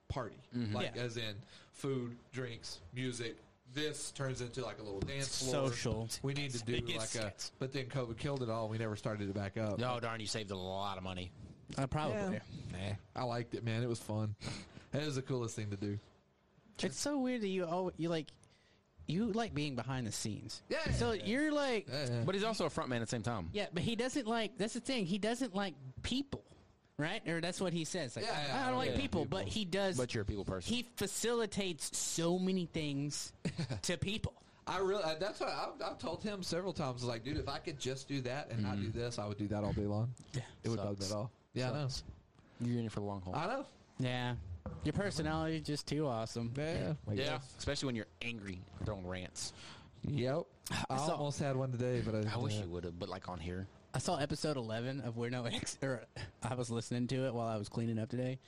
S3: party, like
S5: Mm-hmm. Yeah.
S3: as in food, drinks, music. This turns into like a little dance floor.
S5: Social.
S3: We need to do like a, but then COVID killed it all. and We never started it back up.
S4: No, darn, you saved a lot of money.
S5: Uh, probably.
S3: Nah, I liked it, man. It was fun. It was the coolest thing to do.
S5: It's so weird that you always, you like you like being behind the scenes.
S3: Yeah.
S5: So you're like
S3: Eh.
S4: But he's also a front man at the same time.
S5: Yeah, but he doesn't like. That's the thing. He doesn't like people, right? Or that's what he says. Like,
S3: Yeah,
S5: I-
S3: yeah,
S5: I don't like
S3: yeah,
S5: people,
S3: people.
S5: but he does.
S4: But you're a people person.
S5: He facilitates so many things to people.
S3: I really. I- That's what I've, I've told him several times. I was like, dude, if I could just do that and not do this, I would do that all day long. Yeah, it would bug me
S4: Sucks.
S3: at all. Yeah,
S4: You're in it for the long haul.
S3: I know. I know.
S5: Yeah, your personality is just too awesome.
S3: Yeah. I
S4: yeah,
S3: guess.
S4: especially when you're angry, throwing rants.
S3: Yep. I,
S5: saw-
S3: almost had one today, but I,
S4: I wish
S3: didn't.
S4: you would have, but like on here.
S5: I saw episode 11 of We're No Ex, or I was listening to it while I was cleaning up today,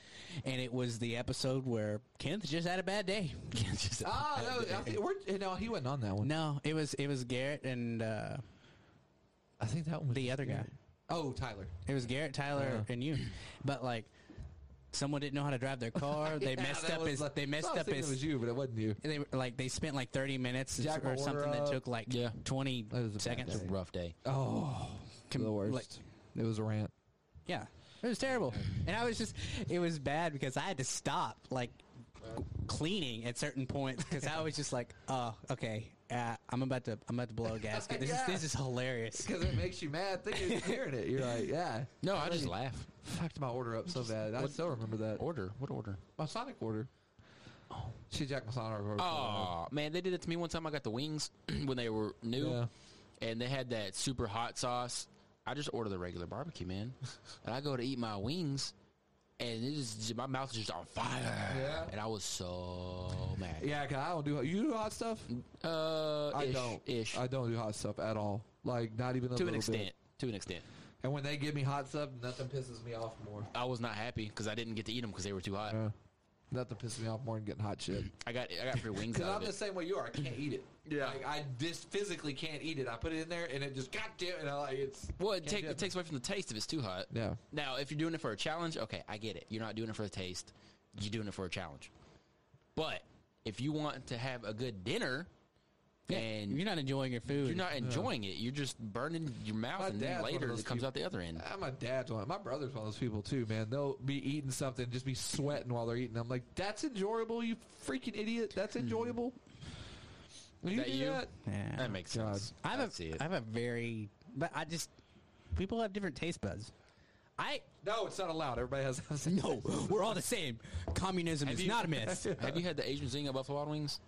S5: and it was the episode where Kenneth just had a bad day.
S4: Just-
S3: Ah, no, I think, we're, no, he wasn't on that one.
S5: No, it was it was Garrett and uh,
S3: I think that one. Was
S5: the other guy.
S3: Oh, Tyler.
S5: It was Garrett,
S3: Uh-huh.
S5: Tyler, and you. But like, someone didn't know how to drive their car. They
S3: Yeah,
S5: messed
S3: that
S5: up
S3: was
S5: his.
S3: like-
S5: they
S3: I
S5: messed
S3: was
S5: up
S3: thinking
S5: his.
S3: It was you, but it wasn't you.
S5: They were, like they spent like thirty minutes
S3: Jack
S5: or
S3: my
S5: something
S3: order
S5: that
S3: up.
S5: took like
S4: Yeah.
S5: twenty
S3: That was a bad
S5: seconds.
S3: day.
S4: Rough day.
S3: Oh,
S5: Com-
S3: the worst.
S5: like-
S3: it was a rant.
S5: yeah, it was terrible. And I was just, it was bad because I had to stop like c- cleaning at certain points because I was just like, oh, okay, uh, I'm about to, I'm about to blow a gasket. This
S3: Yeah.
S5: is, this is hilarious.
S3: Because it makes you mad thinking hearing it. You're like, yeah.
S4: No, I just laugh.
S3: fucked my order up so bad. I still remember that.
S4: Order. What order?
S3: My Sonic order. She jacked my Sonic order.
S4: Oh man, they did it to me one time. I got the wings when they were new,
S3: Yeah.
S4: and they had that super hot sauce. I just ordered the regular barbecue, man, and I go to eat my wings, and it is my mouth is just on fire.
S3: Yeah.
S4: and I was so mad.
S3: Yeah, cause I don't do you do hot stuff.
S4: Uh,
S3: I
S4: ish,
S3: don't.
S4: Ish
S3: I don't do hot stuff at all. Like not even a
S4: to
S3: little
S4: an extent.
S3: Bit.
S4: To an extent,
S3: And when they give me hot stuff, nothing pisses me off more.
S4: I was not happy because I didn't get to eat them because they were too hot.
S3: Uh, nothing pisses me off more than getting hot shit.
S4: I got I Mm-hmm. got free wings
S3: Because
S4: out
S3: I'm
S4: of
S3: the
S4: it.
S3: same way you are. I can't eat it. Yeah, like, I just physically can't eat it. I put it in there and it just goddamn. And I like it's
S4: Well, it,
S3: Can't
S4: take,
S3: do
S4: it takes away from the taste if it's too hot.
S3: Yeah.
S4: Now, if you're doing it for a challenge, okay, I get it. You're not doing it for the taste. You're doing it for a challenge. But if you want to have a good dinner and
S5: You're
S4: you're not,
S5: not enjoying your food.
S4: enjoying it, you're just burning your mouth,
S3: My
S4: and
S3: dad's
S4: then
S3: one of
S4: later
S3: those
S4: it comes
S3: people-
S4: out the other end.
S3: Ah, my dad's one. My brother's one of those people too, man. They'll be eating something, just be sweating while they're eating. I'm like, that's enjoyable, you freaking idiot. That's enjoyable. When
S4: Is that
S3: do
S4: you?
S5: Yeah.
S4: That makes
S3: God.
S4: sense.
S5: I have
S4: I
S5: a, I have a very, but I just people have different taste buds. I
S3: No, it's not allowed. Everybody has. has
S5: no, we're all the same. Communism is
S4: you-
S5: not a myth.
S4: Have you had the Asian Zing at Buffalo Wild Wings?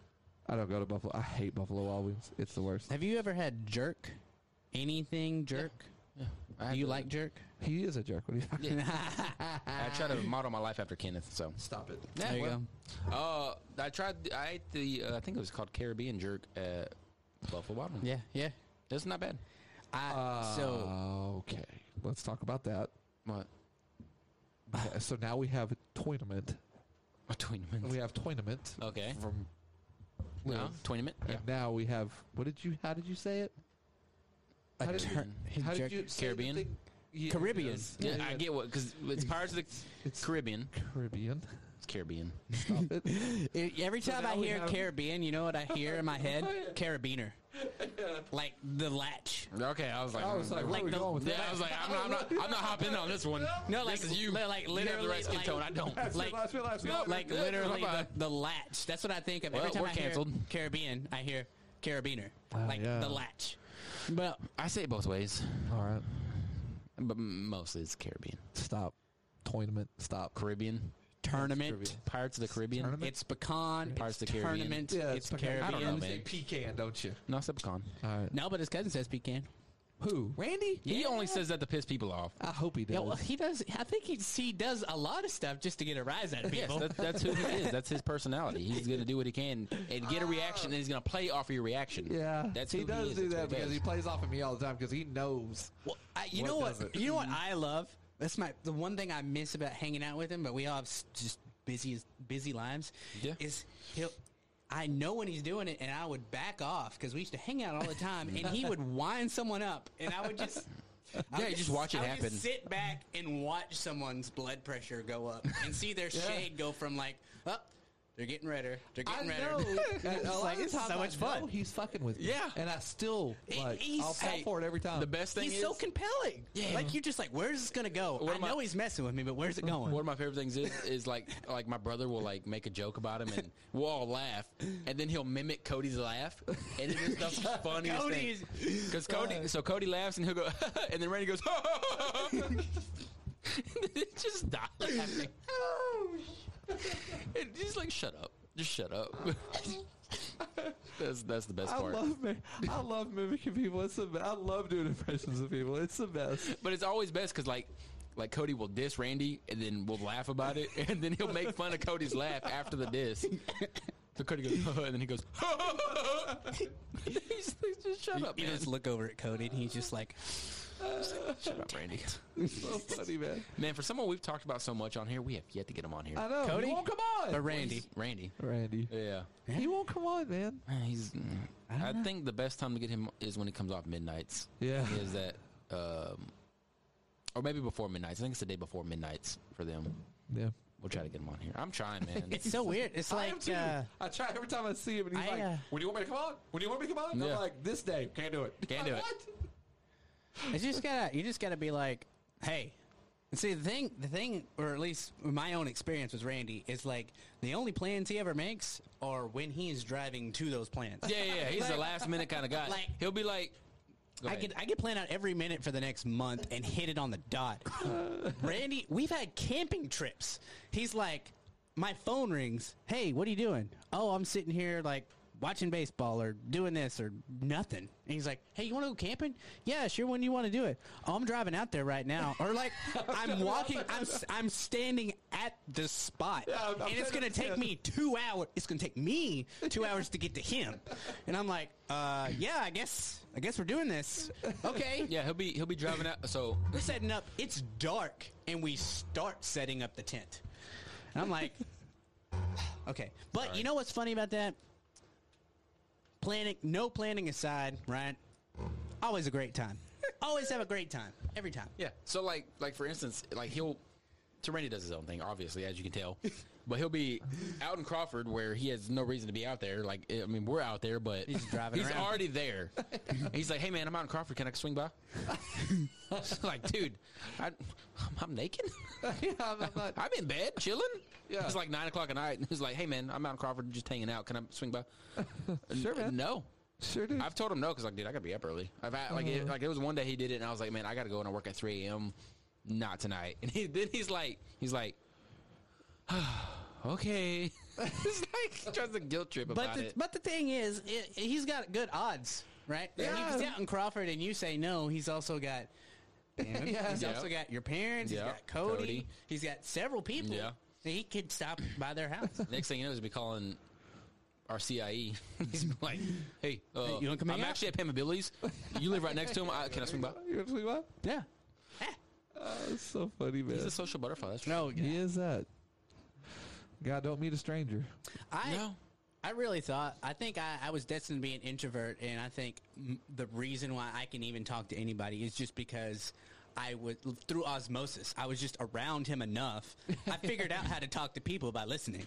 S3: I don't go to Buffalo. I hate Buffalo Wild Wings. It's the worst.
S5: Have you ever had jerk? Anything jerk?
S4: I had
S5: Do you
S4: the-
S5: like jerk?
S3: He is a jerk. What do you
S4: I try to model my life after Kenneth. So
S3: Stop it.
S4: Yeah,
S5: There you
S4: well, Uh, I tried. I ate the. Uh, I think it was called Caribbean jerk at Buffalo Wild Wings.
S5: Yeah, yeah.
S4: it's not bad.
S5: I
S4: Uh,
S5: so
S3: Ah, okay, let's talk about that.
S4: What
S3: Yeah, so now we have tournament.
S4: between
S3: And we have tournament
S4: Okay.
S3: from Liv.
S4: Oh. No, twenty minutes.
S3: And now we have what did you? How did you say it? How did,
S5: tur- his
S3: how did
S5: jerk-
S3: you say the
S4: Caribbean?
S3: thing? Yeah,
S5: Caribbean.
S3: yes.
S4: Yeah, I get what because it's Pirates of the
S3: It's-
S4: Caribbean.
S3: Caribbean.
S4: It's Caribbean.
S3: Stop it.
S5: e- every time
S3: now
S5: I
S3: we
S5: hear
S3: have-
S5: Caribbean, you know what I hear in my
S4: Oh,
S5: head? Carabiner, like the latch.
S4: Okay, I was like,
S3: I was like, where
S5: Like
S3: are we
S5: the-
S3: going with
S4: yeah,
S3: that?
S4: I was like, I'm not, I'm not, I'm not hopping in on this one.
S5: No, like
S4: this is you.
S5: li- like
S4: you have
S5: literally,
S4: the right skin
S5: like-
S4: tone. I don't.
S3: That's
S5: like-
S3: your last, your last, your last-
S5: Like
S4: Yeah,
S5: literally
S4: bye-bye.
S5: the, the latch. That's what I think of every
S4: Well,
S5: time
S4: we're
S5: I hear
S4: canceled.
S5: Caribbean. I hear Carabiner,
S4: Ah,
S3: Oh,
S5: like
S3: yeah.
S5: the latch.
S4: But I say it both ways,
S3: All right,
S4: but m- mostly it's Caribbean,
S3: stop. Tournament. Stop.
S4: Caribbean,
S5: Tournament.
S4: Pirates of the Caribbean.
S3: Tournament?
S5: It's pecan.
S4: Parts
S5: it's
S4: of the Caribbean.
S5: tournament. it's,
S3: okay.
S5: Caribbean.
S4: I don't know,
S3: you
S4: man.
S3: say pecan, don't you?
S4: No, it's a pecan.
S3: All right.
S5: No, but his cousin says pecan.
S3: Who?
S5: Randy?
S4: He only says that to piss people off.
S3: I hope he does.
S5: Yeah, well, he does. I think he he does a lot of stuff just to get a rise out of
S4: Yes,
S5: people.
S4: that, that's who he is. That's his personality. He's going to do what he can and get a reaction, and he's going to play off of your reaction.
S3: yeah,
S4: that's
S3: he
S4: who
S3: does
S4: he is.
S3: do
S4: That's
S3: that
S4: what
S3: because he
S4: does.
S3: plays off of me all the time because he knows.
S5: Well, I, you
S3: What
S5: know
S3: does
S5: what?
S3: it?
S5: You know what I love. That's my the one thing I miss about hanging out with him. But we all have s- just busy as- busy lives.
S4: Yeah.
S5: Is he'll. I know when he's doing it, and I would back off because we used to hang out all the time, and he would wind someone up, and I would just. I would
S4: you just watch it
S5: I would just
S4: happen.
S5: sit back and watch someone's blood pressure go up, and see their shade go from like, oh, they're getting redder, they're getting redder.
S3: And a lot
S5: like,
S3: of
S5: it's so
S3: times I
S5: much fun.
S3: know He's fucking with me.
S4: Yeah.
S3: and I still
S5: He-
S3: like.
S5: he's-
S3: I'll fall
S5: hey,
S3: for it every time.
S4: The best thing
S5: he's
S4: is
S5: so compelling.
S4: Yeah.
S5: Like you're just like, where's this gonna go?
S4: One
S5: I
S4: of my-
S5: know he's messing with me, but where's it going?
S4: One of my favorite things is is like like my brother will like make a joke about him and we'll all laugh and then he'll mimic Cody's laugh and it's just the funniest
S5: Cody's-
S4: thing because Cody so Cody laughs and he'll go and then Randy goes and then it just dies laughing
S3: Oh,
S4: and he's like shut up just shut up that's that's the best
S3: I
S4: part
S3: love me. I love mimicking people. It's the be- I love doing impressions of people. It's the best.
S4: but it's always best because like like Cody will diss Randy and then we'll laugh about it and then he'll make fun of Cody's laugh after the diss. So Cody goes and then he goes. He's like, just shut up,
S5: You
S4: man.
S5: just look over at Cody and he's just like,
S4: shut up, Randy.
S3: It's so funny, man.
S4: Man, for someone we've talked about so much on here, we have yet to get him on here.
S3: I know.
S5: Cody?
S3: He won't come on.
S5: but Randy.
S4: Randy.
S3: Uh, Randy.
S4: Yeah,
S3: He won't come on, man.
S4: he's. mm, I, think the best time to get him is when he comes off midnights.
S3: Yeah.
S4: is that, um, or maybe before midnights. I think it's the day before midnights for them.
S3: Yeah.
S4: We'll try to get him on here. I'm trying, man.
S5: It's so weird. It's
S3: I am
S5: like,
S3: too.
S5: uh,
S3: I try every time I see him, and he's
S5: I,
S3: like,
S5: uh,
S3: "When do you want me to come on? When do you want me to come on?"
S4: Yeah.
S3: I'm like, "This day, can't do it.
S4: Can't
S3: Like,
S4: do it.
S3: What?
S5: it's just gotta, you just gotta be like, hey. And see, the thing, the thing, or at least my own experience with Randy is like the only plans he ever makes are when he is driving to those plans.
S4: Yeah, yeah, yeah. he's the last minute kind of guy.
S5: like-
S4: He'll be like, Go
S5: I
S4: ahead.
S5: could I could plan out every minute for the next month and hit it on the dot. Randy, we've had camping trips. He's like, my phone rings. Hey, what are you doing? Oh, I'm sitting here like watching baseball or doing this or nothing. And he's like, Hey, you want to go camping? Yeah, sure. When do you want to do it? Oh, I'm driving out there right now. Or like, I'm walking. I'm s- I'm standing at the spot,
S3: I'm- I'm
S5: and it's gonna
S3: standing-
S5: take me two hours. It's gonna take me two hours to get to him, and I'm like, uh, yeah, I guess, I guess we're doing this. Okay,
S4: yeah, he'll be he'll be driving out. So
S5: we're setting up. It's dark, and we start setting up the tent. And I'm like, okay, but you know what's funny about that? Planning, no planning aside, right? Always a great time. Always have a great time every time.
S4: yeah, so like like for instance, like he'll Randy does his own thing, obviously, as you can tell. But he'll be out in Crawford where he has no reason to be out there. Like I mean, we're out there, but
S5: He's driving
S4: He's
S5: around.
S4: already there. he's like, "Hey man, I'm out in Crawford. Can I swing by?" like, dude, I, I'm naked.
S3: yeah, I'm, I'm not.
S4: I'm in bed chilling.
S3: Yeah.
S4: It's like nine o'clock at night. He's like, "Hey man, I'm out in Crawford, just hanging out. Can I swing by?"
S3: Sure, man.
S4: No,
S3: Sure, dude.
S4: I've told him no because like, dude, I gotta be up early. I've had, like,
S5: Mm-hmm.
S4: it, like it was one day he did it, and I was like, man, I gotta go and I work at three a.m. Not tonight. And he, then he's like, he's like, okay. it's like tries to guilt trip
S5: But
S4: about
S5: the,
S4: it.
S5: but the thing is, it, he's got good odds, right? If
S3: Yeah.
S5: he's out in Crawford and you say no, he's also got Damon.
S3: Yeah.
S5: He's
S4: Yeah.
S5: also got your parents.
S4: Yeah.
S5: He's got Cody.
S4: Cody.
S5: He's got several people.
S4: Yeah.
S5: He could stop by their house.
S4: Next thing you know, he's be calling our CIE. he's be like, "Hey, uh,
S5: you wanna come
S4: I'm
S5: hang out?"
S4: actually at Pam and Billy's. You live right next to him. I, can I swing by?"
S3: You actually what?
S5: yeah.
S3: That's Uh, so funny, man.
S4: He's a social butterfly. That's
S5: No.
S3: He is that. God, don't meet a stranger.
S5: I
S4: No.
S5: I really thought I think I, I was destined to be an introvert, and I think m- the reason why I can even talk to anybody is just because I would through osmosis. I was just around him enough. I figured out how to talk to people by listening.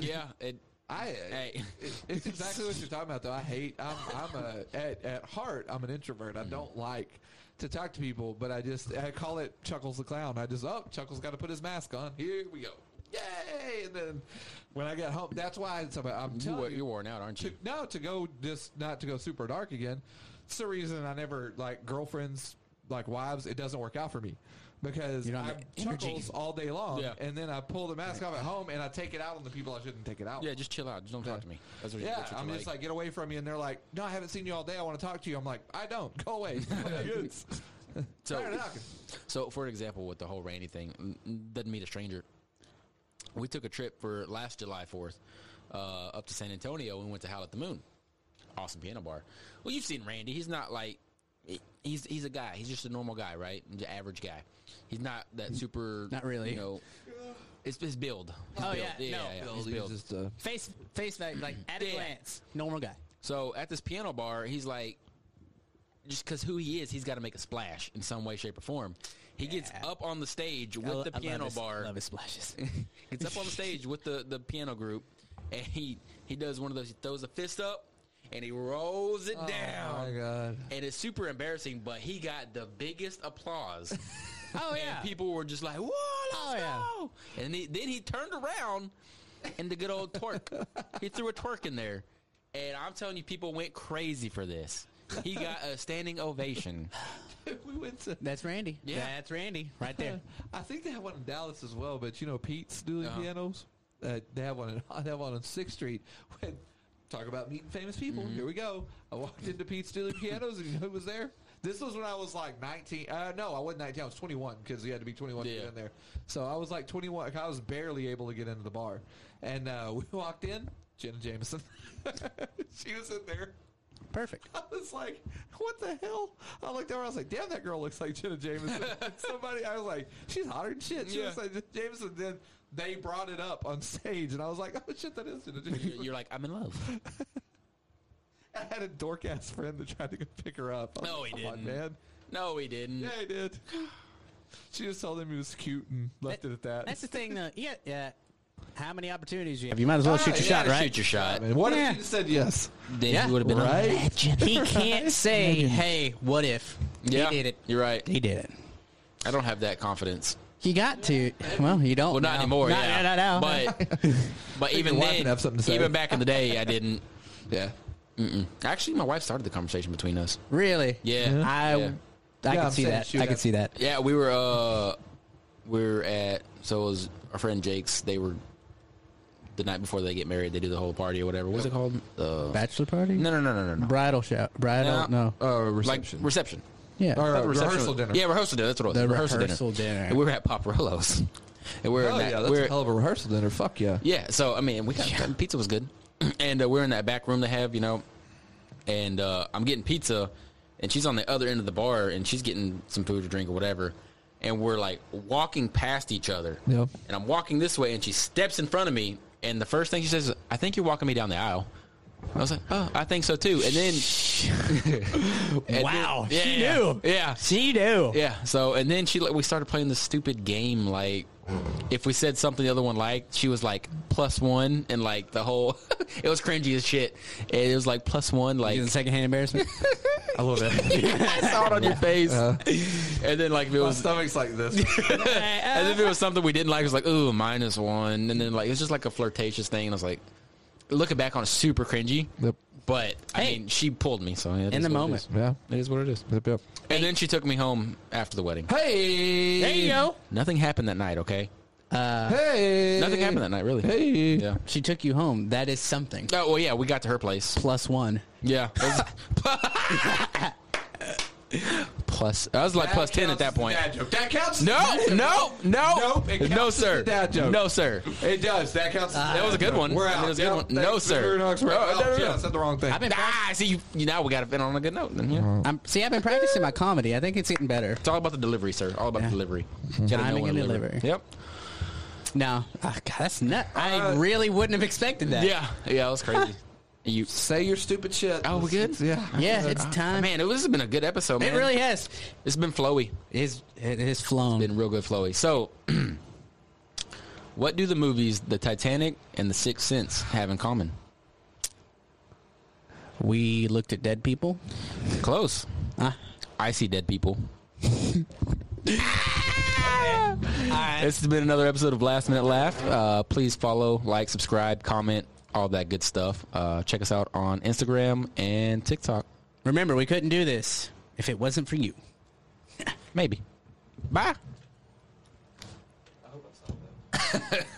S4: Yeah. It,
S3: I
S4: hey.
S3: it's exactly what you're talking about though. I hate I'm I'm a at, at heart I'm an introvert. I don't
S4: Mm-hmm.
S3: like to talk to people, but I just I call it Chuckles the clown. I just oh Chuckles got to put his mask on. Here we go. Yay! And then when I get home, that's why it's about, I'm
S4: You, wa-
S3: telling you,
S4: you're worn out, aren't you?
S3: to, no to go just not to go super dark again. It's the reason I never like girlfriends like wives. It doesn't work out for me because
S5: You don't
S3: I
S5: have the energy.
S3: chuckles all day long,
S4: Yeah.
S3: and then I pull the mask off at home and I take it out on the people I shouldn't take it out.
S4: Yeah, just chill out. Just don't talk to me. That's what, you-
S3: Yeah,
S4: that's what
S3: I'm
S4: you
S3: just like, get away from you. And they're like, no, I haven't seen you all day. I want to talk to you. I'm like, I don't. Go away. It's-
S4: So-
S3: Tired of knocking.
S4: So, for example, with the whole Randy thing, n- n- doesn't meet a stranger. We took a trip for last July 4th uh, up to San Antonio and went to Howl at the Moon. Awesome piano bar. Well, you've seen Randy. He's not like, he- he's he's a guy. He's just a normal guy, right? He's an average guy. He's not that super.
S5: Not really.
S4: You know, it's his build. His
S5: Oh,
S4: build.
S5: yeah, no.
S4: his build.
S5: uh, Face face value, like at a
S4: Yeah.
S5: glance, normal guy.
S4: So at this piano bar, he's like, just because who he is, he's got to make a splash in some way, shape, or form. He gets
S5: Yeah.
S4: up on the stage
S5: I
S4: with
S5: lo-
S4: the
S5: I love
S4: piano
S5: his-
S4: bar.
S5: love his splashes.
S4: gets up on the stage with the, the piano group, and he he does one of those. He throws a fist up, and he rolls it
S3: Oh,
S4: down.
S3: my God.
S4: And it's super embarrassing, but he got the biggest applause.
S5: oh
S4: and
S5: yeah,
S4: people were just like, "Whoa, let's
S5: Oh, yeah.
S4: go!" And he, then he turned around and the good old twerk. he threw a twerk in there, and I'm telling you, people went crazy for this. He got a standing ovation.
S3: we went to,
S5: that's Randy.
S4: Yeah.
S5: that's Randy right there.
S3: I think they have one in Dallas as well, but you know, Pete's doing
S4: Uh-huh.
S3: pianos. Uh, they have one. In, they have one on Sixth Street. When talk about meeting famous people,
S4: Mm-hmm.
S3: here we go. I walked into Pete's doing pianos, and you know who was there? This was when I was like nineteen. Uh, no, I wasn't nineteen. I was twenty-one because you had to be twenty-one to
S4: Yeah.
S3: get in there. So I was like twenty-one. like, I was barely able to get into the bar, and uh, we walked in. Jenna Jameson. she was in there.
S5: Perfect.
S3: I was like, what the hell? I looked over. I was like, damn, that girl looks like Jenna Jameson. Somebody, I was like, she's hotter than shit. She
S4: Yeah.
S3: looks like Jenna Jameson. Then they brought it up on stage, and I was like, oh shit, that is Jenna
S4: You're,
S3: Jameson.
S4: you're like, I'm in love.
S3: I had a dork ass friend that tried to go pick her up. I was
S4: No,
S3: like,
S4: he
S3: "Come on,
S4: didn't.
S3: man.
S4: No, he didn't.
S3: Yeah, he did. She just told him he was cute and left it at that.
S5: That's the thing, though. Yeah, yeah. How many opportunities you have? You might as well shoot your shot,
S4: Yeah,
S5: right?
S4: Shoot your shot.
S3: Man, what
S5: Yeah.
S3: if she just said yes?
S4: Then
S5: Yeah.
S4: he would have been
S3: Right?
S4: a legend.
S5: He can't say, "Hey, what if?"
S4: Yeah,
S5: He did it.
S4: You're right.
S5: He did it.
S4: I don't have that confidence.
S5: You got to. Well, you don't.
S4: Well, not
S5: now.
S4: anymore.
S5: Not,
S4: yeah.
S5: not now.
S4: But but even
S3: your wife
S4: then,
S3: would have something to say.
S4: even back in the day, I didn't.
S3: Yeah.
S4: Mm-mm. Actually, my wife started the conversation between us.
S5: really,
S4: Yeah. Yeah.
S5: I, I
S3: Yeah,
S5: can
S3: I'm
S5: see
S3: saying
S5: that.
S3: shoot
S5: I can
S3: at-
S5: see that.
S4: Yeah, we were uh we were at so it was our friend Jake's. They were the night before they get married. They do the whole party or whatever. What's it called? Uh,
S5: Bachelor party.
S4: no, no, no, no, no, no.
S5: Bridal shower. Bridal. No.
S3: Uh,
S4: like
S3: reception.
S4: reception.
S5: Yeah.
S3: Or
S4: The reception
S3: rehearsal
S4: was-
S3: dinner.
S4: Yeah, rehearsal dinner. That's what it was.
S5: The
S4: rehearsal,
S5: rehearsal dinner.
S4: And we were at Paparolo's. And we were in
S3: Oh,
S4: that,
S3: yeah,
S4: we
S3: that's
S4: were,
S3: a hell of a rehearsal dinner. Fuck yeah.
S4: Yeah, so I mean, we got pizza was good, and uh, we're in that back room they have, you know, and uh, I'm getting pizza, and she's on the other end of the bar, and she's getting some food or drink or whatever, and we're like walking past each other,
S3: Yep.
S4: and I'm walking this way, and she steps in front of me, and the first thing she says, is, "I think you're walking me down the aisle." I was like, "Oh, I think so too," and then and
S5: Wow,
S4: then-
S5: she
S4: yeah,
S5: knew.
S4: yeah,
S5: She do.
S4: yeah. So and then she like, we started playing this stupid game like if we said something the other one liked, she was like plus one and like the whole it was cringy as shit. And it was like plus one like
S5: Is it secondhand embarrassment?
S3: I love it.
S4: I saw it on your face.
S3: Uh.
S4: and then like if it
S3: My
S4: was
S3: stomach's like this.
S4: and then if it was something we didn't like, it was like, ooh, minus one. And then like it was just like a flirtatious thing and I was like looking back on it super cringy.
S3: Yep.
S4: But I
S5: Hey.
S4: mean she pulled me, so
S5: In the moment.
S3: Yeah.
S4: It is what it is.
S3: Yep, yep.
S4: And then she took me home after the wedding.
S3: Hey. uh,
S5: There you go.
S4: Nothing happened that night, okay?
S3: Hey.
S4: Nothing happened that night, really.
S3: Hey.
S4: Yeah.
S5: She took you home. That is something.
S4: Oh well, yeah, we got to her place.
S5: Plus one.
S4: Yeah, Plus, I was like plus ten
S3: counts
S4: at that
S3: as a
S4: point.
S3: dad joke. That counts. as a
S4: No,
S3: dad joke.
S4: no, no,
S3: Nope, it counts
S4: no,
S3: as a
S4: sir,
S3: dad joke.
S4: no, sir.
S3: It does. That counts. as a
S4: Uh, That was a
S3: dad
S4: good
S3: joke.
S4: one.
S3: We're
S4: I mean,
S3: out.
S4: it was a good
S3: Yep.
S4: one.
S3: Thanks,
S4: No,
S3: Mr.
S4: sir.
S3: Knox. We're
S4: Oh,
S3: out.
S4: no, no,
S3: Shit,
S4: no.
S3: I said the wrong thing.
S5: I've been
S4: Ah, see you. you now we got to end on a good note. Then, yeah.
S5: I'm, see, I've been practicing my comedy. I think it's getting better.
S4: It's all about the delivery, sir. All about
S5: Yeah.
S4: the delivery. You gotta know
S5: Timing
S4: when
S5: and
S4: to
S5: delivery.
S4: Yep.
S5: No, Ah, God, that's nut. I
S3: Uh,
S5: really wouldn't have expected that.
S4: Yeah. Yeah, that was crazy. you.
S3: Say your stupid shit.
S4: Oh, we good?
S3: Yeah.
S5: yeah, it's time.
S4: Uh, Man, it was, this has been a good episode, man.
S5: it really has.
S4: It's been flowy.
S5: It's it has flown.
S4: Been real good flowy. So, what do the movies The Titanic and The Sixth Sense have in common?
S5: we looked at dead people. Ah,
S4: Close.
S5: Huh?
S4: I see dead people.
S5: All right.
S4: This has been another episode of Last Minute Laugh. Uh, please follow, like, subscribe, comment, all that good stuff. Uh, check us out on Instagram and TikTok.
S5: Remember, we couldn't do this if it wasn't for you.
S4: Maybe. Bye.
S2: I hope I saw that.